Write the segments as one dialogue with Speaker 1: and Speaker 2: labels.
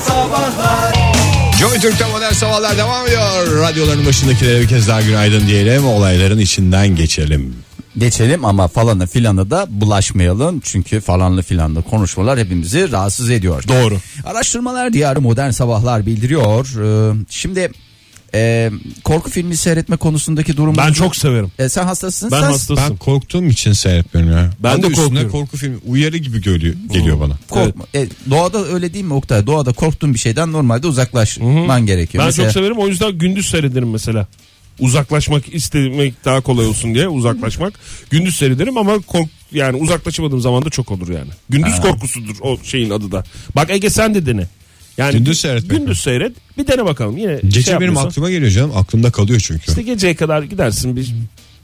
Speaker 1: Sabahlar
Speaker 2: Joy Türk'te modern sabahlar devam ediyor. Radyoların başındakilere bir kez daha günaydın diyelim. Olayların içinden geçelim.
Speaker 3: Geçelim ama falanı filanı da bulaşmayalım. Çünkü falanlı filanlı konuşmalar hepimizi rahatsız ediyor.
Speaker 2: Doğru.
Speaker 3: Araştırmalar Diyarı Modern Sabahlar bildiriyor. Ee, şimdi e, korku filmi seyretme konusundaki durum.
Speaker 4: Ben çok severim.
Speaker 3: E, sen hastasın.
Speaker 4: Ben
Speaker 3: sen-
Speaker 4: hastasıyım.
Speaker 2: Ben korktuğum için seyretmiyorum ya.
Speaker 4: Ben de
Speaker 2: üstüne
Speaker 4: korkuyorum.
Speaker 2: korku filmi uyarı gibi geliyor,
Speaker 4: Hmm.
Speaker 2: geliyor bana.
Speaker 3: Korkma. E, doğada öyle değil mi Oktay? Doğada korktuğun bir şeyden normalde uzaklaşman gerekiyor.
Speaker 4: Ben
Speaker 3: Mesela-
Speaker 4: çok severim o yüzden gündüz seyrederim mesela. Uzaklaşmak istemek daha kolay olsun diye uzaklaşmak. gündüz seyrederim ama kork yani uzaklaşamadığım zaman da çok olur yani. Gündüz korkusudur o şeyin adı da. Bak Ege sen de dene. Yani
Speaker 2: Gündüz seyretmek
Speaker 4: Gündüz seyret. Bir dene bakalım yine.
Speaker 2: Gece
Speaker 4: şey
Speaker 2: benim
Speaker 4: yapmıyorsan.
Speaker 2: aklıma geliyor canım. Aklımda kalıyor çünkü.
Speaker 4: İşte şey geceye kadar gidersin bir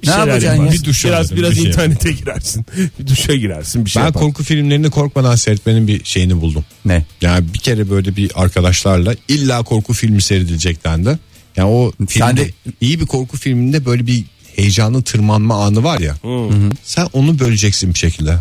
Speaker 4: bir
Speaker 3: Ne
Speaker 4: şeyler
Speaker 3: yapacaksın
Speaker 4: yaparsın.
Speaker 3: ya?
Speaker 2: Bir duş
Speaker 4: biraz
Speaker 2: alırım,
Speaker 4: biraz
Speaker 2: bir şey
Speaker 4: internete girersin. Bir duşa girersin bir şey
Speaker 2: ben
Speaker 4: yaparsın.
Speaker 2: korku filmlerini korkmadan seyretmenin bir şeyini buldum.
Speaker 3: Ne?
Speaker 2: Yani bir kere böyle bir arkadaşlarla illa korku filmi seyredilecek dendi. Yani o filmde
Speaker 3: de-
Speaker 2: iyi bir korku filminde böyle bir heyecanlı tırmanma anı var ya. Sen onu böleceksin bir şekilde.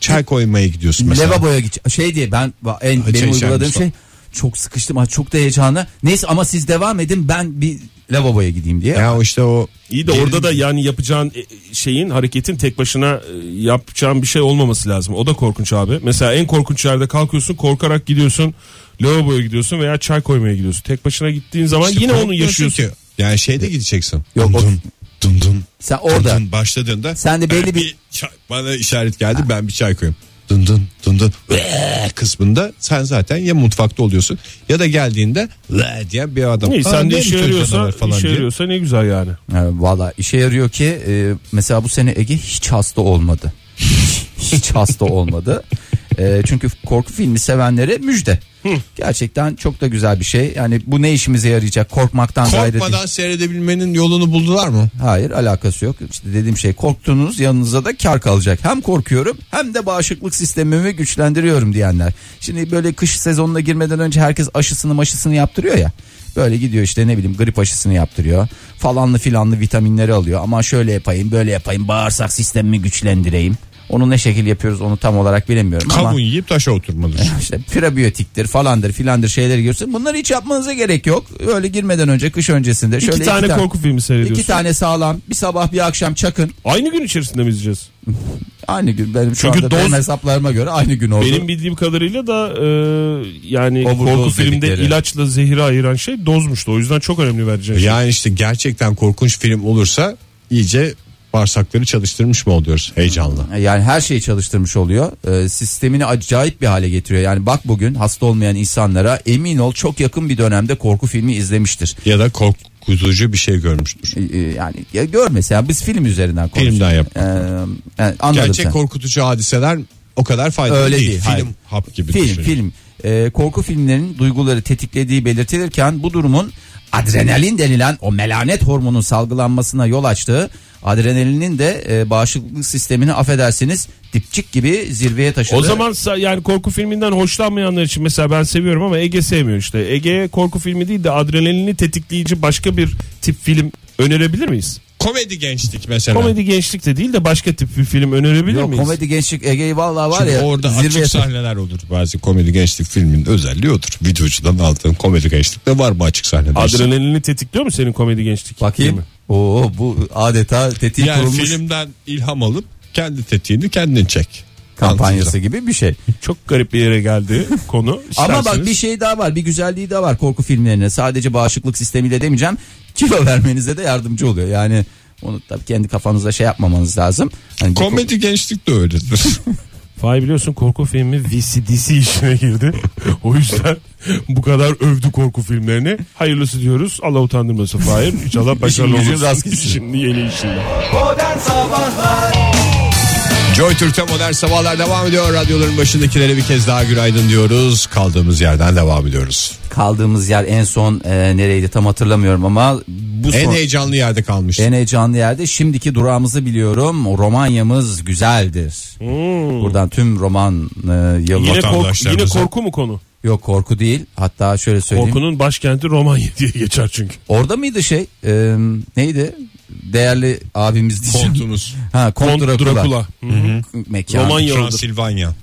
Speaker 2: Çay koymaya gidiyorsun mesela.
Speaker 3: Lavaboya git. Şey diye ben en
Speaker 2: Ha,
Speaker 3: benim
Speaker 2: çay
Speaker 3: uyguladığım
Speaker 2: içermiş
Speaker 3: şey çok sıkıştım ha çok da heyecanlı. Neyse ama siz devam edin ben bir lavaboya gideyim diye.
Speaker 2: Ya işte o
Speaker 4: İyi de orada da yani yapacağın e, şeyin hareketin tek başına e, yapacağın bir şey olmaması lazım. O da korkunç abi. Mesela en korkunç yerde kalkıyorsun korkarak gidiyorsun lavaboya gidiyorsun veya çay koymaya gidiyorsun. Tek başına gittiğin zaman
Speaker 2: İşte
Speaker 4: yine onu
Speaker 2: korkmuyorsun
Speaker 4: yaşıyorsun.
Speaker 2: ki. Yani şeyde gideceksin.
Speaker 3: Yok, o-
Speaker 2: dum dum dum.
Speaker 3: Sen orada.
Speaker 2: Dum dum başladığında.
Speaker 3: Sen de belli
Speaker 2: ben
Speaker 3: bir-
Speaker 2: çay- bana işaret geldi ben bir çay koyayım. Dın dın dın dın "Ve" kısmında sen zaten ya mutfakta oluyorsun ya da geldiğinde "Ve" diyen bir adam.
Speaker 4: İyi
Speaker 2: "Aa,
Speaker 4: sen de
Speaker 2: neymiş
Speaker 4: işe
Speaker 2: o
Speaker 4: yarıyorsa,
Speaker 2: canavar?" falan
Speaker 4: işe
Speaker 2: diye.
Speaker 4: yarıyorsa ne güzel yani.
Speaker 3: Ha, Ee, Valla işe yarıyor ki e, mesela bu sene Ege hiç hasta olmadı. hiç hasta olmadı. E, çünkü korku filmi sevenlere müjde. Gerçekten çok da güzel bir şey. Yani bu ne işimize yarayacak? Korkmaktan gayrı değil.
Speaker 2: Korkmadan seyredebilmenin yolunu buldular mı?
Speaker 3: Hayır alakası yok. İşte dediğim şey korktuğunuz yanınıza da kar kalacak. Hem korkuyorum hem de bağışıklık sistemimi güçlendiriyorum diyenler. Şimdi böyle kış sezonuna girmeden önce herkes aşısını maşısını yaptırıyor ya. Böyle gidiyor işte ne bileyim grip aşısını yaptırıyor. Falanlı filanlı vitaminleri alıyor. Ama şöyle yapayım böyle yapayım bağırsak sistemimi güçlendireyim. Onu ne şekil yapıyoruz onu tam olarak bilemiyorum ama
Speaker 2: Kavun yiyip taşa oturmadır.
Speaker 3: işte prebiyotiktir falandır filandır şeyler giriyorsun. Bunları hiç yapmanıza gerek yok. Öyle girmeden önce kış öncesinde şöyle
Speaker 4: iki tane korku filmi seyrediyorsun.
Speaker 3: İki tane sağlam bir sabah bir akşam çakın.
Speaker 4: Aynı gün içerisinde mi izleyeceğiz?
Speaker 3: Aynı gün benim şu
Speaker 4: Çünkü
Speaker 3: anda benim
Speaker 4: doz-
Speaker 3: hesaplarıma göre aynı gün oldu.
Speaker 4: Benim bildiğim kadarıyla da e, yani
Speaker 3: Overdose
Speaker 4: korku filmde
Speaker 3: dedikleri.
Speaker 4: ilaçla zehri ayıran şey dozmuştu. O yüzden çok önemli şey. vereceğim.
Speaker 2: Yani işte gerçekten korkunç film olursa iyice bağırsakları çalıştırmış mı oluyoruz heyecanla?
Speaker 3: Yani her şeyi çalıştırmış oluyor. Ee, sistemini acayip bir hale getiriyor. Yani bak bugün hasta olmayan insanlara emin ol çok yakın bir dönemde korku filmi izlemiştir.
Speaker 2: Ya da korkutucu bir şey görmüştür.
Speaker 3: Ee, e, yani ya görmese ya biz film üzerinden konuşuyoruz.
Speaker 2: Filmden yap.
Speaker 3: Ee, yani anladım
Speaker 2: Gerçek
Speaker 3: sen.
Speaker 2: korkutucu hadiseler o kadar faydalı
Speaker 3: Öyle
Speaker 2: değil.
Speaker 3: değil,
Speaker 2: Film
Speaker 3: hayır.
Speaker 2: hap gibi
Speaker 3: Film
Speaker 2: düşünün.
Speaker 3: film. Ee, korku filmlerinin duyguları tetiklediği belirtilirken bu durumun adrenalin denilen o melanet hormonun salgılanmasına yol açtığı adrenalinin de e, bağışıklık sistemini affedersiniz dipçik gibi zirveye taşıdığı.
Speaker 4: O zaman sa- yani korku filminden hoşlanmayanlar için mesela ben seviyorum ama Ege sevmiyor işte. Ege korku filmi değil de adrenalini tetikleyici başka bir tip film önerebilir miyiz?
Speaker 2: Komedi gençlik mesela.
Speaker 4: Komedi gençlik de değil de başka tip bir film önerebilir
Speaker 3: Yok,
Speaker 4: miyiz?
Speaker 3: komedi gençlik Ege'yi vallahi var
Speaker 2: Çünkü
Speaker 3: ya
Speaker 2: orada
Speaker 3: zirveye
Speaker 2: açık sahneler olur. Bazı komedi gençlik filminin özelliği odur. Videocudan aldığım komedi gençlikte var mı açık sahne? dersin?
Speaker 4: Adrenalini tetikliyor mu senin komedi gençlik?
Speaker 3: bakayım.
Speaker 4: filmi?
Speaker 3: Oo bu adeta tetiği
Speaker 2: Yani
Speaker 3: kurulmuş
Speaker 2: filmden ilham alıp kendi tetiğini kendin çek.
Speaker 3: kampanyası gibi bir şey.
Speaker 4: Çok garip bir yere geldi konu.
Speaker 3: Ama bak
Speaker 4: İsterseniz-
Speaker 3: bir şey daha var bir güzelliği daha var korku filmlerine sadece bağışıklık sistemiyle demeyeceğim kilo vermenize de yardımcı oluyor yani onu tabii kendi kafanızda şey yapmamanız lazım. Hani bir
Speaker 2: Komedi gençlik de öyledir.
Speaker 4: Fay biliyorsun korku filmi VCDC işine girdi. o yüzden bu kadar övdü korku filmlerini. Hayırlısı diyoruz. Allah utandırmasın Fahir. İnşallah başarılı
Speaker 3: gücün rast
Speaker 4: olursun.
Speaker 3: gitsin.
Speaker 4: Şimdi yeni işinde.
Speaker 1: Modern Sabahlar
Speaker 2: Joy Türk'te modern sabahlar devam ediyor. Radyoların başındakilere bir kez daha günaydın diyoruz. Kaldığımız yerden devam ediyoruz.
Speaker 3: kaldığımız yer en son e, nereydi tam hatırlamıyorum ama bu
Speaker 2: En
Speaker 4: e-
Speaker 3: son
Speaker 2: heyecanlı yerde kalmıştık.
Speaker 3: en heyecanlı yerde şimdiki durağımızı biliyorum Romanya'mız güzeldir. Buradan tüm roman e, yılı-
Speaker 4: Hmm. Yine, korku, yine
Speaker 2: Vatandaşlarımıza-
Speaker 4: korku mu konu?
Speaker 3: yok korku değil hatta şöyle söyleyeyim
Speaker 4: Korkunun başkenti Romanya diye geçer çünkü.
Speaker 3: orada mıydı şey E, neydi değerli abimiz diyeceğim.
Speaker 2: Kontumuz
Speaker 3: Ha Kont
Speaker 4: Kont
Speaker 3: Drakula.
Speaker 4: Drakula. Hı hı.
Speaker 3: mekan.
Speaker 4: Roman- Romanya oldu.
Speaker 2: Transilvanya.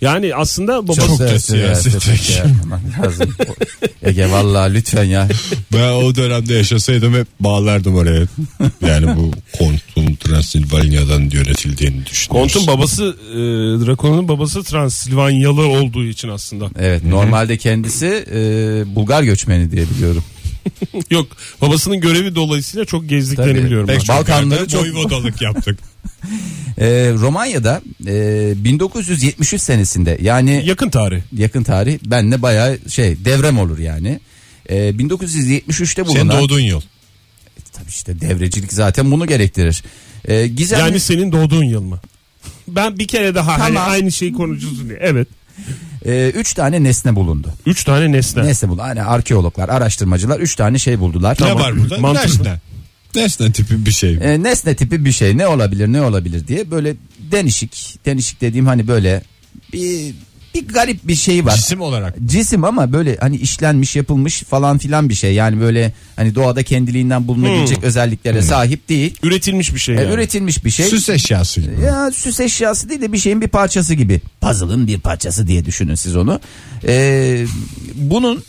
Speaker 4: Yani aslında babası
Speaker 2: Çok da siyasi tek.
Speaker 3: yapmam lazım. Ege vallahi lütfen ya.
Speaker 2: Ben o dönemde yaşasaydım hep bağlardım oraya. Yani bu kontun Transilvanya'dan yönetildiğini düşünüyoruz.
Speaker 4: Kont'un babası e, Drakon'un babası Transilvanyalı olduğu için aslında.
Speaker 3: Evet normalde kendisi e, Bulgar göçmeni diye biliyorum.
Speaker 4: Yok babasının görevi dolayısıyla çok gezdiklerini
Speaker 3: Tabii.
Speaker 4: biliyorum.
Speaker 3: Pek
Speaker 4: ben.
Speaker 2: Pek çok
Speaker 3: Balkanları
Speaker 2: yerde
Speaker 3: çok-
Speaker 2: Voyvodalık yaptık.
Speaker 3: E, Romanya'da e, 1973 senesinde yani
Speaker 4: Yakın tarih.
Speaker 3: yakın tarih benle bayağı şey devrem olur yani. E, 1973'te bulunan
Speaker 2: Sen doğduğun yıl.
Speaker 3: tabii işte devrecilik zaten bunu gerektirir. E, gizemli
Speaker 4: Yani senin doğduğun yıl mı? Ben bir kere daha hani
Speaker 3: Tamam.
Speaker 4: aynı şeyi konuşuyorsun diye. Evet.
Speaker 3: e, üç tane nesne bulundu.
Speaker 4: Üç tane nesne.
Speaker 3: Nesne buldu. Hani arkeologlar, araştırmacılar üç tane şey buldular.
Speaker 2: Ne var burada?
Speaker 4: Mantıklı.
Speaker 2: Nesne. Nesne tipi bir şey.
Speaker 3: E, nesne tipi bir şey ne olabilir ne olabilir diye böyle denişik denişik dediğim hani böyle bir, bir garip bir şey var.
Speaker 2: Cisim olarak.
Speaker 3: Cisim ama böyle hani işlenmiş yapılmış falan filan bir şey yani böyle hani doğada kendiliğinden bulunabilecek
Speaker 2: Hmm.
Speaker 3: özelliklere sahip değil.
Speaker 4: Üretilmiş bir şey
Speaker 3: E,
Speaker 4: yani.
Speaker 3: Üretilmiş bir şey.
Speaker 2: Süs eşyası gibi.
Speaker 3: ya süs eşyası değil de bir şeyin bir parçası gibi. Puzzle'ın bir parçası diye düşünün siz onu. Ee, bunun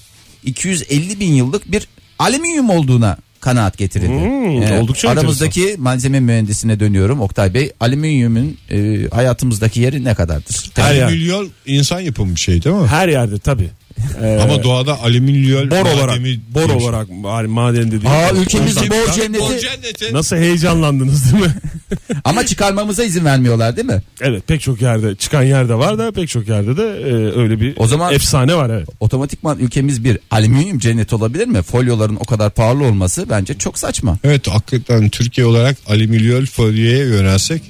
Speaker 3: 250 bin yıllık bir alüminyum olduğuna kanaat getirildi. Ee,
Speaker 4: Hmm, oldukça
Speaker 3: aramızdaki malzeme mühendisine dönüyorum Oktay Bey. Alüminyumun e, hayatımızdaki yeri ne kadardır?
Speaker 4: Her yer.
Speaker 2: Alüminyol insan yapımı bir şey değil mi?
Speaker 4: Her yerde tabii. Ee,
Speaker 2: Ama doğada alüminyol
Speaker 4: bor olarak
Speaker 2: madeni
Speaker 4: bor
Speaker 2: demiş.
Speaker 4: olarak bari maden dediğim.
Speaker 3: Aa, ülkemizin
Speaker 2: şey, Bor
Speaker 3: bor cenneti
Speaker 2: cenneti.
Speaker 4: Nasıl heyecanlandınız değil mi?
Speaker 3: ama çıkarmamıza izin vermiyorlar değil mi?
Speaker 4: evet pek çok yerde çıkan yerde var da pek çok yerde de e, öyle bir
Speaker 3: O zaman-
Speaker 4: efsane var evet.
Speaker 3: Otomatikman ülkemiz bir alüminyum cenneti olabilir mi? Folyoların o kadar pahalı olması bence çok saçma.
Speaker 2: Evet hakikaten Türkiye olarak alüminyol folyoya yönelsek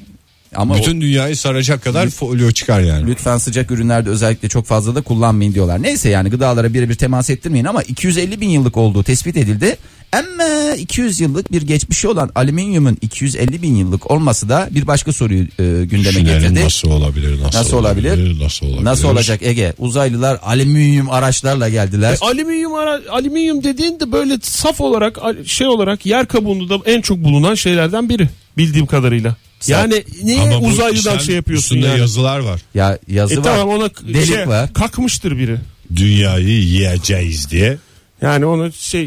Speaker 3: Ama
Speaker 2: bütün dünyayı saracak kadar folyo çıkar yani.
Speaker 3: Lütfen sıcak ürünlerde özellikle çok fazla da kullanmayın diyorlar. Neyse yani gıdalara birebir temas ettirmeyin ama 250 bin yıllık olduğu tespit edildi. Ama 200 yıllık bir geçmişi olan alüminyumun 250 bin yıllık olması da bir başka soruyu e, gündeme
Speaker 2: Düşünelim
Speaker 3: getirdi. Nasıl,
Speaker 2: Nasıl olabilir? Nasıl,
Speaker 3: olabilir?
Speaker 2: Nasıl olabilir?
Speaker 3: olacak Ege? Uzaylılar alüminyum araçlarla
Speaker 4: E,
Speaker 3: geldiler.
Speaker 4: Alüminyum ara, alüminyum dediğin de böyle saf olarak al- şey olarak yer kabuğunda da en çok bulunan şeylerden biri bildiğim kadarıyla. Yani e, niye
Speaker 2: Ama bu sen
Speaker 4: uzaylıdan şey yapıyorsun
Speaker 2: üstünde
Speaker 4: yani?
Speaker 2: yazılar var.
Speaker 3: Ya yazı
Speaker 4: E
Speaker 3: var.
Speaker 4: tamam ona k-
Speaker 3: Delik
Speaker 4: şey,
Speaker 3: var.
Speaker 4: kakmıştır biri.
Speaker 2: Dünyayı yiyeceğiz diye.
Speaker 4: Yani onu şeyle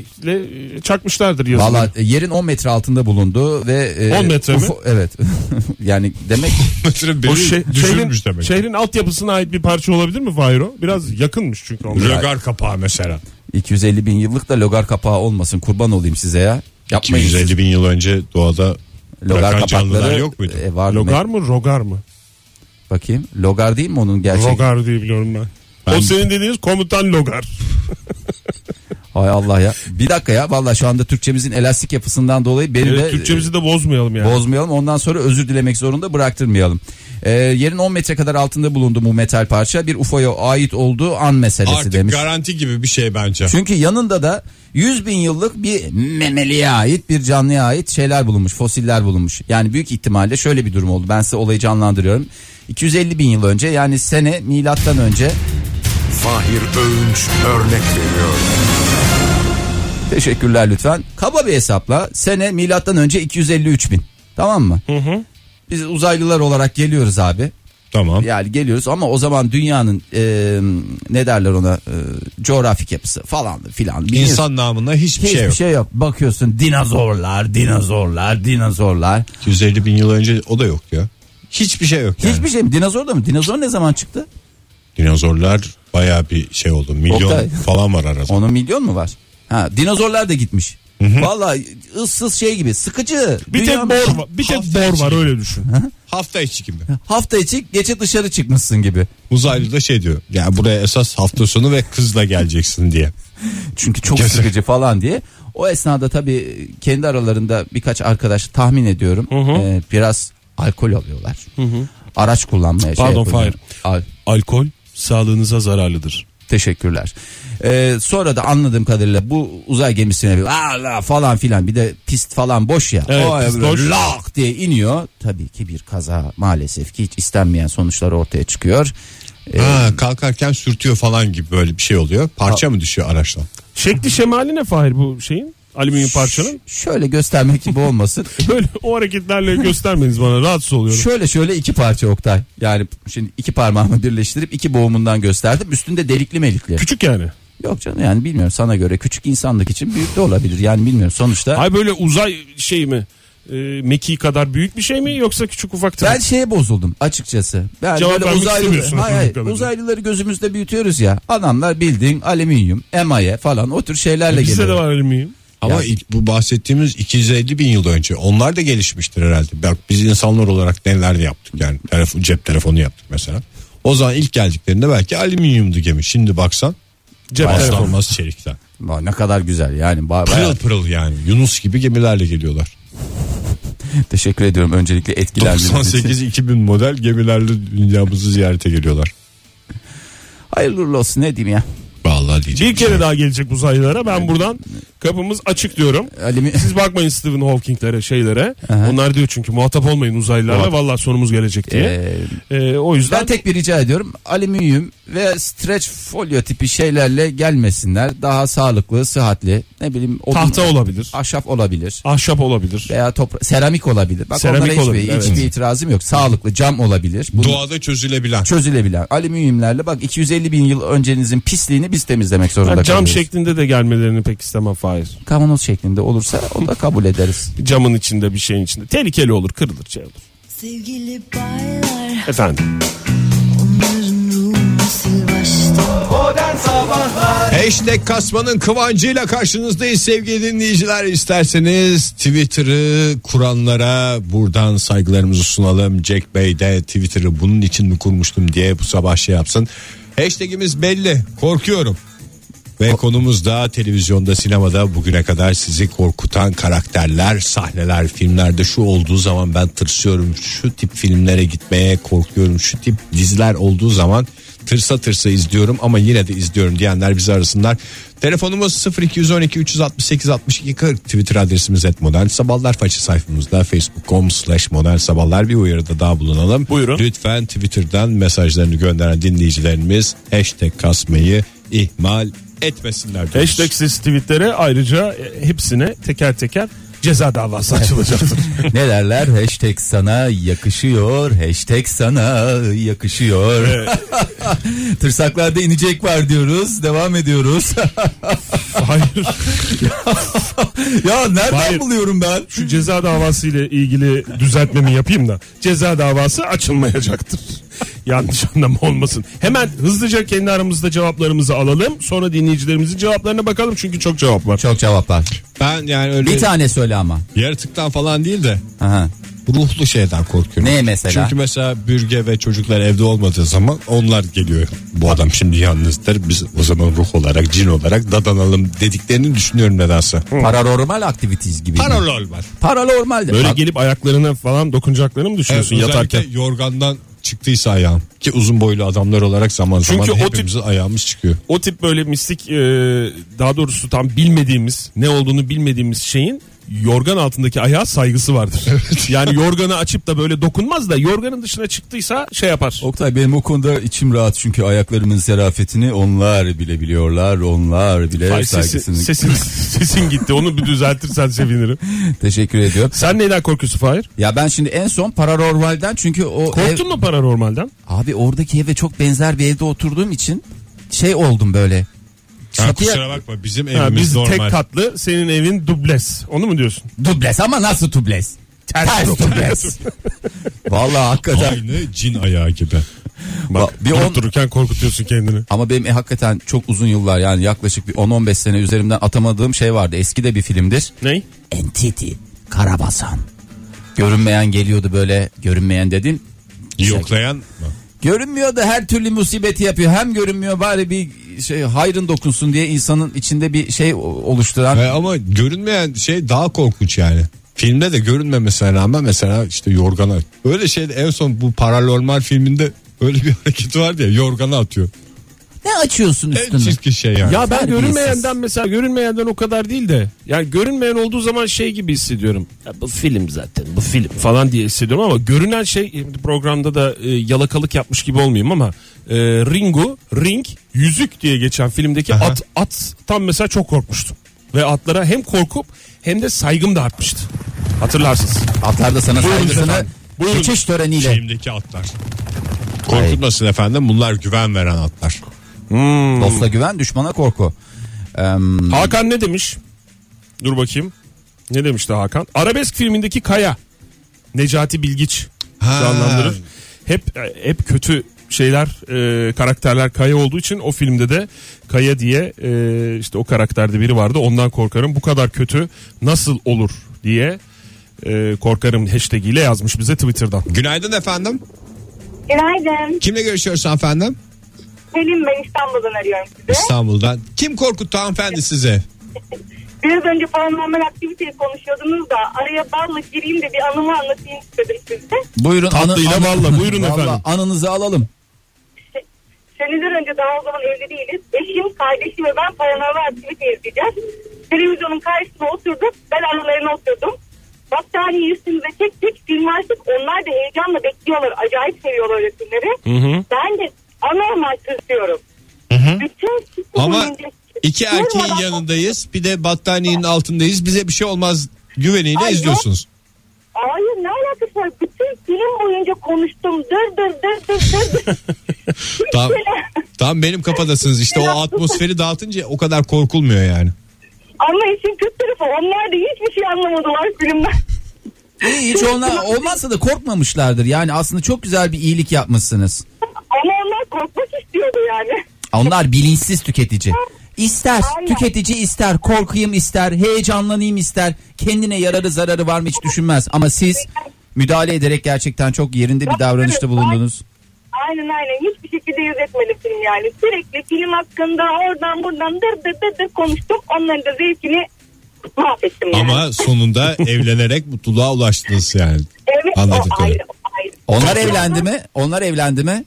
Speaker 4: e, çakmışlardır yazılı.
Speaker 3: Valla e, yerin 10 metre altında bulundu ve e,
Speaker 4: 10 metre mi?
Speaker 3: evet. yani demek
Speaker 2: Beni
Speaker 4: O şey,
Speaker 2: düşürmüş
Speaker 4: şehrin,
Speaker 2: demek.
Speaker 4: şehrin altyapısına ait bir parça olabilir mi Fayro? Biraz yakınmış çünkü onlar.
Speaker 2: Rögar kapağı mesela.
Speaker 3: 250 bin yıllık da logar kapağı olmasın kurban olayım size ya. Yapmayın.
Speaker 2: 250 bin yıl önce doğada
Speaker 3: Logar
Speaker 2: bırakan canlılar
Speaker 3: kapakları
Speaker 2: yok muydu?
Speaker 3: E, var
Speaker 4: Logar mı rogar mı?
Speaker 3: Bakayım. Logar değil mi onun gerçek?
Speaker 4: Rogar diye biliyorum ben.
Speaker 2: Ben-
Speaker 4: O senin dediğiniz komutan logar.
Speaker 3: Hay Allah ya. Bir dakika ya. Vallahi şu anda Türkçemizin elastik yapısından dolayı beni
Speaker 4: Evet,
Speaker 3: de
Speaker 4: Türkçemizi de bozmayalım
Speaker 3: e,
Speaker 4: yani.
Speaker 3: bozmayalım. Ondan sonra özür dilemek zorunda bıraktırmayalım. E, yerin 10 metre kadar altında bulundu bu metal parça. Bir UFO'ya ait olduğu an meselesi
Speaker 2: Artık
Speaker 3: demiş.
Speaker 2: garanti gibi bir şey bence.
Speaker 3: Çünkü yanında da 100 bin yıllık bir memeliye ait bir canlıya ait şeyler bulunmuş fosiller bulunmuş. Yani büyük ihtimalle şöyle bir durum oldu ben size olayı canlandırıyorum. 250 bin yıl önce yani sene milattan önce
Speaker 5: Fahir Öğünç örnek veriyor.
Speaker 3: Teşekkürler lütfen. Kaba bir hesapla sene milattan önce 253 bin. Tamam mı? Biz uzaylılar olarak geliyoruz abi.
Speaker 2: Tamam.
Speaker 3: Yani geliyoruz ama o zaman dünyanın e, ne derler ona e, coğrafik yapısı falan filan. Bilmiyorum.
Speaker 2: İnsan namına hiçbir,
Speaker 3: hiçbir
Speaker 2: şey yok.
Speaker 3: Bakıyorsun dinozorlar, dinozorlar, dinozorlar.
Speaker 2: 250 bin yıl önce o da yok ya. Hiçbir şey yok yani.
Speaker 3: Hiçbir şey mi? Dinozor da mı? Dinozor ne zaman çıktı?
Speaker 2: Dinozorlar baya bir şey oldu. Milyon
Speaker 3: Oktay.
Speaker 2: falan var arada.
Speaker 3: Onun milyon mu var? Ha, dinozorlar da gitmiş. Vallahi ıssız şey gibi sıkıcı.
Speaker 4: Bir tek
Speaker 3: Dünyanın-
Speaker 4: bor var. Bir tek
Speaker 2: Hafta
Speaker 4: bor
Speaker 2: içi
Speaker 4: var
Speaker 2: gibi.
Speaker 4: öyle düşün.
Speaker 2: Hafta içi gibi.
Speaker 3: Hafta içi gece dışarı çıkmışsın gibi.
Speaker 2: Uzaylı da şey diyor. Yani buraya esas hafta sonu ve kızla geleceksin diye.
Speaker 3: çünkü çok
Speaker 2: Kesin.
Speaker 3: sıkıcı falan diye. O esnada tabii kendi aralarında birkaç arkadaş tahmin ediyorum e, biraz alkol alıyorlar. Araç kullanmaya şey
Speaker 4: Pardon,
Speaker 3: yapıyorlar.
Speaker 4: Fahir.
Speaker 3: Al-
Speaker 4: Alkol sağlığınıza zararlıdır.
Speaker 3: Teşekkürler. E, sonra da anladığım kadarıyla bu uzay gemisine bir "Aa, la" falan filan bir de pist falan boş ya.
Speaker 4: Evet,
Speaker 3: o
Speaker 4: pist
Speaker 3: böyle
Speaker 4: boş.
Speaker 3: lak diye iniyor. Tabii ki bir kaza maalesef ki hiç istenmeyen sonuçlar ortaya çıkıyor. E,
Speaker 2: Ha, kalkarken sürtüyor falan gibi böyle bir şey oluyor. Parça mı düşüyor araçtan?
Speaker 4: Şekli şemali ne Fahir bu şeyin? alüminyum parçanın.
Speaker 3: Şöyle göstermek gibi olmasın.
Speaker 4: Böyle o hareketlerle göstermeniz bana rahatsız oluyorum.
Speaker 3: Şöyle şöyle iki parça Oktay. Yani şimdi iki parmağımı birleştirip iki boğumundan gösterdim. Üstünde delikli melikli.
Speaker 4: Küçük yani.
Speaker 3: Yok canım yani bilmiyorum sana göre küçük insanlık için büyük de olabilir. Yani bilmiyorum sonuçta.
Speaker 4: Hay böyle uzay şey mi? E, Meki kadar büyük bir şey mi yoksa küçük ufaktır?
Speaker 3: Ben şeye bozuldum açıkçası. Ben
Speaker 4: Cevap vermek istemiyorsun
Speaker 3: Hayır, hayır.
Speaker 4: hatırladığım kadarıyla.
Speaker 3: uzaylıları gözümüzde büyütüyoruz ya. Adamlar bildiğin alüminyum, emaye falan o tür şeylerle
Speaker 4: E, Bizde
Speaker 3: geliyor.
Speaker 4: de var alüminyum.
Speaker 2: Ama
Speaker 3: Yani-
Speaker 2: ilk bu bahsettiğimiz 250 bin yıl önce onlar da gelişmiştir herhalde. Bak biz insanlar olarak neler yaptık yani telefon, cep telefonu yaptık mesela. O zaman ilk geldiklerinde belki alüminyumdu gemi. Şimdi baksan
Speaker 4: Cep telefonu.
Speaker 2: paslanmaz çelikten.
Speaker 3: Vay, Ne kadar güzel yani. Ba- bayağı-
Speaker 2: Pırıl pırıl yani Yunus gibi gemilerle geliyorlar.
Speaker 3: Teşekkür ediyorum öncelikle etkilendiğiniz için.
Speaker 2: 98-2000 model gemilerle dünyamızı ziyarete geliyorlar.
Speaker 3: Hayırlı uğurlu olsun ne diyeyim ya.
Speaker 2: Vallahi diyecek. şey
Speaker 4: Bir kere daha gelecek uzaylılara ben buradan kapımız açık diyorum.
Speaker 3: Alümi-
Speaker 4: Siz bakmayın Stephen Hawking'lere şeylere.
Speaker 3: Aha.
Speaker 4: Onlar diyor çünkü muhatap olmayın uzaylılarla. Vallahi sonumuz gelecek diye.
Speaker 3: Ee,
Speaker 4: Ee, o yüzden
Speaker 3: ben tek bir rica ediyorum. Alüminyum ve streç folyo tipi şeylerle gelmesinler. Daha sağlıklı, sıhhatli. Ne bileyim odun,
Speaker 4: tahta olabilir.
Speaker 3: ahşap olabilir.
Speaker 4: Ahşap olabilir.
Speaker 3: veya topra- seramik olabilir. Bak
Speaker 4: Seramik
Speaker 3: onlara hiçbir,
Speaker 4: olabilir, evet.
Speaker 3: hiçbir itirazım yok. Sağlıklı cam olabilir. Bu
Speaker 2: Doğada çözülebilen.
Speaker 3: çözülebilen alüminyumlarla bak 250 bin yıl öncenizin pisliğini biz temizlemek zorunda
Speaker 4: Ben cam
Speaker 3: kalıyoruz.
Speaker 4: şeklinde de gelmelerini pek istemem Fahir.
Speaker 3: Kavanoz şeklinde olursa onu da kabul ederiz.
Speaker 4: Camın içinde bir şeyin içinde. Tehlikeli olur kırılır şey olur.
Speaker 6: Sevgili baylar
Speaker 4: Efendim.
Speaker 6: onların ruhunu sil baştan
Speaker 1: Modern Sabahlar
Speaker 2: Hashtag kasmanın kıvancıyla karşınızdayız sevgili dinleyiciler. İsterseniz Twitter'ı kuranlara buradan saygılarımızı sunalım. Jack Bey de Twitter'ı bunun için mi kurmuştum diye bu sabah şey yapsın. Hashtag'imiz belli korkuyorum. Ve konumuz da televizyonda sinemada bugüne kadar sizi korkutan karakterler, sahneler, filmlerde şu olduğu zaman ben tırsıyorum. Şu tip filmlere gitmeye korkuyorum. Şu tip diziler olduğu zaman tırsa tırsa izliyorum ama yine de izliyorum diyenler bizi arasınlar. Telefonumuz 0212 368 62 40 Twitter adresimiz et modern sabahlar façı sayfamızda facebook.com slash modern sabahlar bir uyarıda daha bulunalım.
Speaker 4: Buyurun.
Speaker 2: Lütfen Twitter'dan mesajlarını gönderen dinleyicilerimiz hashtag kasmayı ihmal etmesinler. diyoruz.
Speaker 4: Hashtagsiz tweetlere ayrıca e, hepsine teker teker ceza davası açılacaktır.
Speaker 3: ne derler? Hashtag sana yakışıyor. Hashtag sana yakışıyor. Tırsaklarda inecek var diyoruz. Devam ediyoruz.
Speaker 4: Hayır.
Speaker 3: ya nereden
Speaker 4: Hayır.
Speaker 3: buluyorum ben?
Speaker 4: Şu ceza davası ile ilgili düzeltmemi yapayım da ceza davası açılmayacaktır. Yanlış anlama olmasın. Hemen hızlıca kendi aramızda cevaplarımızı alalım. Sonra dinleyicilerimizin cevaplarına bakalım çünkü çok cevap var.
Speaker 3: Çok cevaplar.
Speaker 2: Ben yani öyle
Speaker 3: Bir tane söyle ama.
Speaker 2: yaratıktan falan değil de
Speaker 3: Aha.
Speaker 2: ruhlu şeyden korkuyorum.
Speaker 3: Ne mesela?
Speaker 2: Çünkü mesela bürge ve çocuklar evde olmadığı zaman onlar geliyor. Bu adam şimdi yalnızdır biz o zaman ruh olarak cin olarak dadanalım dediklerini düşünüyorum nedense.
Speaker 3: Paranormal activities gibi.
Speaker 2: Paralol var.
Speaker 3: Paranormal. de.
Speaker 4: Böyle
Speaker 3: Bak-
Speaker 4: gelip ayaklarına falan dokunacaklarını mı düşünüyorsun yatarken?
Speaker 2: özellikle yorgandan çıktıysa ayağım ki uzun boylu adamlar olarak zaman zaman
Speaker 4: Çünkü o tip-
Speaker 2: hepimizin ayağımız çıkıyor.
Speaker 4: O tip böyle mistik e, daha doğrusu tam bilmediğimiz ne olduğunu bilmediğimiz şeyin yorgan altındaki ayağa saygısı vardır. Yani yorganı açıp da böyle dokunmaz da yorganın dışına çıktıysa şey yapar.
Speaker 3: Oktay benim o konuda içim rahat çünkü ayaklarımın zarafetini onlar bile biliyorlar. Onlar bile
Speaker 4: Ay, sesin,
Speaker 3: saygısını.
Speaker 4: sesin, sesin gitti onu bir düzeltirsen sevinirim.
Speaker 3: Teşekkür ediyorum.
Speaker 4: Sen neyden korkuyorsun Fahir?
Speaker 3: Ya ben şimdi en son paranormalden çünkü o
Speaker 4: Korktun
Speaker 3: ev-
Speaker 4: mu paranormalden?
Speaker 3: abi oradaki eve çok benzer bir evde oturduğum için şey oldum böyle.
Speaker 2: Ha,
Speaker 3: Çatıya-
Speaker 2: kusura bakma bizim evimiz
Speaker 4: Ha, biz
Speaker 2: normal.
Speaker 4: tek katlı senin evin dubles. Onu mu diyorsun?
Speaker 3: Dubles ama nasıl dubles? Ters, dubles. Vallahi hakikaten.
Speaker 2: Aynı cin ayağı gibi.
Speaker 4: Bak,
Speaker 3: bir
Speaker 4: durup
Speaker 3: on-
Speaker 4: dururken korkutuyorsun kendini.
Speaker 3: Ama benim e, hakikaten çok uzun yıllar yani yaklaşık bir 10-15 sene üzerimden atamadığım şey vardı. Eski de bir filmdir.
Speaker 4: Ney?
Speaker 3: Entity Karabasan. Görünmeyen geliyordu böyle görünmeyen dedim.
Speaker 2: Yoklayan mı?
Speaker 3: Görünmüyor da her türlü musibeti yapıyor. Hem görünmüyor bari bir şey hayrın dokunsun diye insanın içinde bir şey o- oluşturan.
Speaker 2: E, ama görünmeyen şey daha korkunç yani. Filmde de görünmemesine rağmen mesela işte yorgana. Öyle şeyde en son bu paranormal filminde öyle bir hareket var diye yorgana atıyor.
Speaker 3: Ne açıyorsun
Speaker 2: En
Speaker 3: üstünü?
Speaker 2: çirkin şey yani.
Speaker 4: Ya ben
Speaker 3: Terbiyesiz.
Speaker 4: görünmeyenden mesela görünmeyenden o kadar değil de yani görünmeyen olduğu zaman şey gibi hissediyorum. Ya bu film zaten bu film falan diye hissediyorum ama görünen şey programda da e, yalakalık yapmış gibi olmayayım ama e, Ringo Ring Yüzük diye geçen filmdeki at at tam mesela çok korkmuştum. Ve atlara hem korkup hem de saygım da artmıştı. Hatırlarsınız.
Speaker 3: Atlar da sana
Speaker 4: Buyurun
Speaker 3: saygısını
Speaker 4: efendim. Buyurun. Şey,
Speaker 3: geçiş töreniyle.
Speaker 2: Şeyimdeki atlar. Korkutmasın efendim bunlar güven veren atlar.
Speaker 4: hmm.
Speaker 3: Dosta güven düşmana korku. Ee,
Speaker 4: Hakan ne demiş? Dur bakayım. Ne demişti Hakan? Arabesk filmindeki Kaya. Necati Bilgiç
Speaker 2: Ha.
Speaker 4: canlandırır. Hep hep kötü şeyler e, karakterler Kaya olduğu için o filmde de Kaya diye e, işte o karakterde biri vardı ondan korkarım bu kadar kötü nasıl olur diye e, korkarım hashtag ile yazmış bize Twitter'dan.
Speaker 2: Günaydın efendim.
Speaker 7: Günaydın.
Speaker 2: Kimle görüşüyoruz efendim?
Speaker 7: Selim ben İstanbul'dan arıyorum sizi.
Speaker 2: İstanbul'dan. Kim korkuttu hanımefendi sizi?
Speaker 7: Biraz önce paranormal aktiviteyi konuşuyordunuz da araya balla gireyim de bir anımı anlatayım istedim size.
Speaker 3: buyurun.
Speaker 4: Tatlıyla balla, buyurun
Speaker 3: Valla
Speaker 4: efendim.
Speaker 3: Anınızı alalım.
Speaker 7: Seneler önce daha o zaman evli değiliz. Eşim, kardeşim ve ben paranormal aktivite izleyeceğiz. Televizyonun karşısına oturduk. Ben aralarına oturdum. Battaniyeyi üstümüze çektik. Film açtık. Onlar da heyecanla bekliyorlar. Acayip seviyorlar öyle filmleri. Ben de anormal tırsıyorum. Bütün
Speaker 2: Ama
Speaker 7: Durmadan-
Speaker 2: iki erkeğin yanındayız bir de battaniyenin altındayız bize bir şey olmaz güveniyle
Speaker 7: Ay,
Speaker 2: izliyorsunuz.
Speaker 7: Hayır ne alakası var? Bütün film boyunca konuştum. Dır dır dır dır dır. dır.
Speaker 2: Tam,
Speaker 7: Böyle.
Speaker 2: tam benim kafadasınız işte o atmosferi dağıtınca o kadar korkulmuyor yani.
Speaker 7: Ama işin kötü tarafı onlar da hiçbir şey anlamadılar filmden.
Speaker 3: İyi hiç olma, olmazsa da korkmamışlardır. Yani aslında çok güzel bir iyilik yapmışsınız.
Speaker 7: Ama onlar korkmak istiyordu yani.
Speaker 3: Onlar bilinçsiz tüketici. İster
Speaker 7: Aynen.
Speaker 3: tüketici ister korkayım ister heyecanlanayım ister kendine yararı zararı var mı hiç düşünmez ama siz müdahale ederek gerçekten çok yerinde bir davranışta bulundunuz.
Speaker 7: Aynen aynen hiçbir şekilde yüz etmedi film yani. Sürekli film hakkında oradan buradan dır dır dır, dır konuştum. Onların da zevkini mahvettim yani.
Speaker 2: Ama sonunda evlenerek mutluluğa ulaştınız yani.
Speaker 7: evet,
Speaker 2: anladım,
Speaker 7: o ayrı,
Speaker 2: evet.
Speaker 7: o ayrı.
Speaker 3: Onlar evlendi mi? Onlar evlendi mi?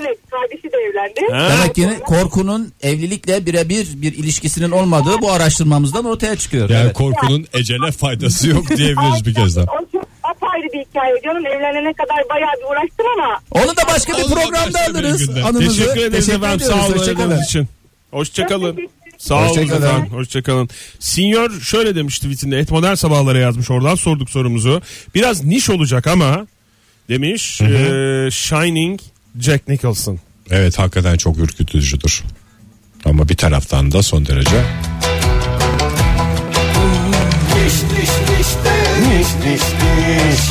Speaker 7: Evet kardeşi de evlendi.
Speaker 3: Demek ki korkunun evlilikle birebir bir ilişkisinin olmadığı bu araştırmamızdan ortaya çıkıyor.
Speaker 2: Yani
Speaker 3: Evet.
Speaker 2: korkunun ecele faydası yok diyebiliriz bir kez daha.
Speaker 7: O çok apayrı bir hikaye canım. Evlenene kadar bayağı bir uğraştım ama
Speaker 3: Onu da başka bir
Speaker 2: Onu da
Speaker 3: programda
Speaker 2: başka bir
Speaker 3: alırız.
Speaker 2: günde.
Speaker 3: Anınızı.
Speaker 4: Teşekkür ederiz efendim.
Speaker 3: ediyoruz.
Speaker 4: Sağ olun
Speaker 3: Hoşçakalın.
Speaker 4: aradığınız için. Hoşçakalın. Sağ olun
Speaker 3: Hoşçakalın.
Speaker 4: efendim. Hoşçakalın. Senior şöyle demiş tweetinde et modern sabahlara yazmış oradan sorduk sorumuzu. Biraz niş olacak ama demiş eee, Shining Jack Nicholson.
Speaker 2: Evet hakikaten çok ürkütücüdür. Ama bir taraftan da son derece
Speaker 1: Diş diş diş de, diş diş diş.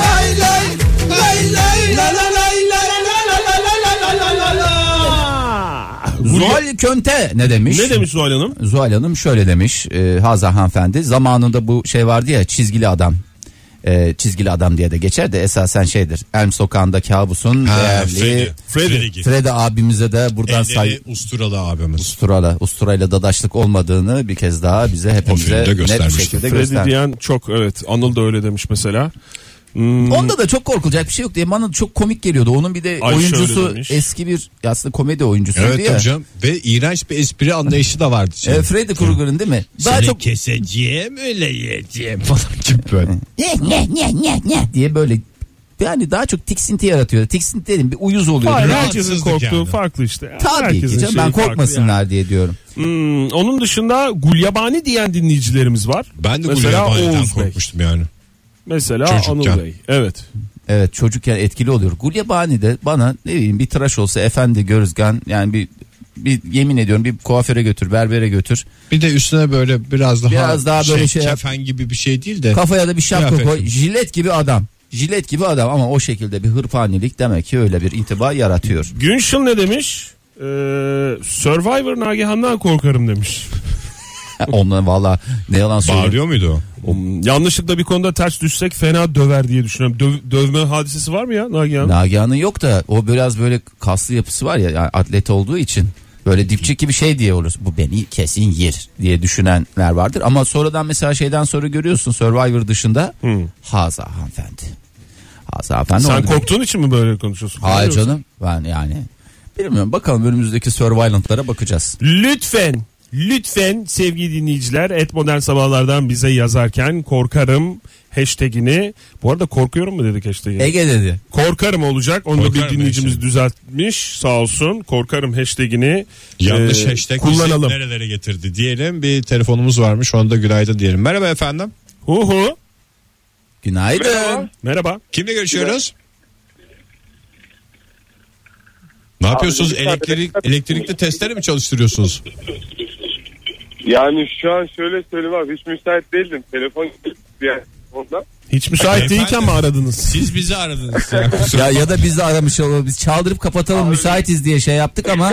Speaker 1: Lay lay lay lay la la lay lay la la la la la la la la la.
Speaker 3: Zuhal Könte ne demiş?
Speaker 4: Ne demiş Zuhal Hanım?
Speaker 3: Zuhal Hanım şöyle demiş e, Hazar hanımefendi zamanında bu şey vardı ya çizgili adam E, çizgili adam diye de geçer de esasen şeydir Elm Sokağı'nda kabusun değerli
Speaker 2: Freddy. Freddy.
Speaker 3: Freddy abimize de buradan say
Speaker 2: şey Elleri Usturalı abimiz.
Speaker 3: Ustura'la Ustura'yla dadaşlık olmadığını bir kez daha bize hepimize
Speaker 2: filmde
Speaker 3: net bir
Speaker 2: göstermişti.
Speaker 3: şekilde
Speaker 4: Freddy
Speaker 3: gösterdi.
Speaker 4: diyen çok evet. Anıl da öyle demiş mesela.
Speaker 3: Onda da çok korkulacak bir şey yok diye bana çok komik geliyordu. Onun bir de
Speaker 4: Ay şöyle
Speaker 3: oyuncusu
Speaker 4: demiş.
Speaker 3: eski bir aslında komedi oyuncusuydu
Speaker 2: Evet
Speaker 3: ya.
Speaker 2: hocam ve iğrenç bir espri anlayışı da vardı.
Speaker 3: E, Freddy Krueger'ın değil mi? Daha çok
Speaker 2: keseceğim öyle yiyeceğim falan gibi böyle.
Speaker 3: ne ne ne ne ne diye böyle yani daha çok tiksinti yaratıyor. Tiksinti dedim bir uyuz oluyor.
Speaker 4: Hayır,
Speaker 3: Biraz-
Speaker 4: herkesin
Speaker 2: rahatsızlık
Speaker 4: korktuğu
Speaker 2: yani.
Speaker 4: farklı işte.
Speaker 3: Tabii
Speaker 4: Herkesin
Speaker 3: ki canım
Speaker 4: şeyi
Speaker 3: ben
Speaker 4: farklı yani.
Speaker 3: korkmasınlar diye diyorum.
Speaker 4: Hmm, onun dışında gulyabani diyen dinleyicilerimiz var.
Speaker 2: Ben de
Speaker 4: Mesela
Speaker 2: Gulyabani'den
Speaker 4: Oğuz Bey.
Speaker 2: korkmuştum yani.
Speaker 4: Mesela
Speaker 2: Çocukken.
Speaker 4: Anıl Bey. Evet.
Speaker 3: Evet çocukken etkili oluyor. Gulyabani de bana ne bileyim bir tıraş olsa efendi görüzgen yani bir bir yemin ediyorum bir kuaföre götür berbere götür.
Speaker 2: Bir de üstüne böyle biraz daha,
Speaker 3: Biraz daha böyle şey yap.
Speaker 2: kefen gibi bir şey değil de
Speaker 3: Kafaya da bir şapka
Speaker 2: Kıyafet.
Speaker 3: koy jilet gibi adam. Jilet gibi adam ama o şekilde bir hırpanilik demek ki öyle bir intiba yaratıyor.
Speaker 4: Günşil ne demiş? Ee, Survivor Nagihan'dan korkarım demiş.
Speaker 3: Onunla valla ne yalan söylüyorum.
Speaker 2: bağırıyor muydu o?
Speaker 4: Hmm, Yanlışlıkla bir konuda ters düşsek fena döver diye düşünüyorum. Döv- dövme hadisesi var mı ya Nagihan?
Speaker 3: Nagihan'ın yok da o biraz böyle kaslı yapısı var ya yani atlet olduğu için böyle dipçik gibi şey diye olur. Bu beni kesin yer diye düşünenler vardır. Ama sonradan mesela şeyden sonra görüyorsun Survivor dışında Haza hanımefendi. Haza hanımefendi.
Speaker 4: Hmm. Sen
Speaker 3: oldu.
Speaker 4: korktuğun için mi böyle konuşuyorsun?
Speaker 3: Hayır
Speaker 4: Korkuyor musun?
Speaker 3: canım ben yani bilmiyorum bakalım önümüzdeki Survivor'lara bakacağız.
Speaker 4: Lütfen Lütfen sevgili dinleyiciler et modern sabahlardan bize yazarken korkarım hashtagini bu arada korkuyorum mu dedik hashtagini?
Speaker 3: Ege dedi.
Speaker 4: Korkarım olacak. Onu da bir
Speaker 2: Korkarım
Speaker 4: dinleyicimiz
Speaker 2: hashtag.
Speaker 4: düzeltmiş. Sağ olsun. Korkarım hashtagini
Speaker 2: Yanlış
Speaker 3: Ee,
Speaker 4: e,
Speaker 2: hashtag
Speaker 4: kullanalım.
Speaker 2: bizi nerelere getirdi diyelim. Bir telefonumuz varmış onda günaydın diyelim. Merhaba efendim.
Speaker 4: Hu hu.
Speaker 3: Günaydın.
Speaker 4: Merhaba.
Speaker 2: Kimle görüşüyoruz? Ne yapıyorsunuz?
Speaker 8: bir tane-
Speaker 2: Elektrik, elektrikli testere mi çalıştırıyorsunuz?
Speaker 8: Yani şu an şöyle söyleyeyim abi hiç müsait değildim. Telefon yani ondan.
Speaker 4: Hiç müsait değilken mi aradınız?
Speaker 2: Siz bizi aradınız. ya.
Speaker 3: Ya ya da biz de aramış olalım. Biz çaldırıp kapatalım müsaitiz diye şey yaptık ama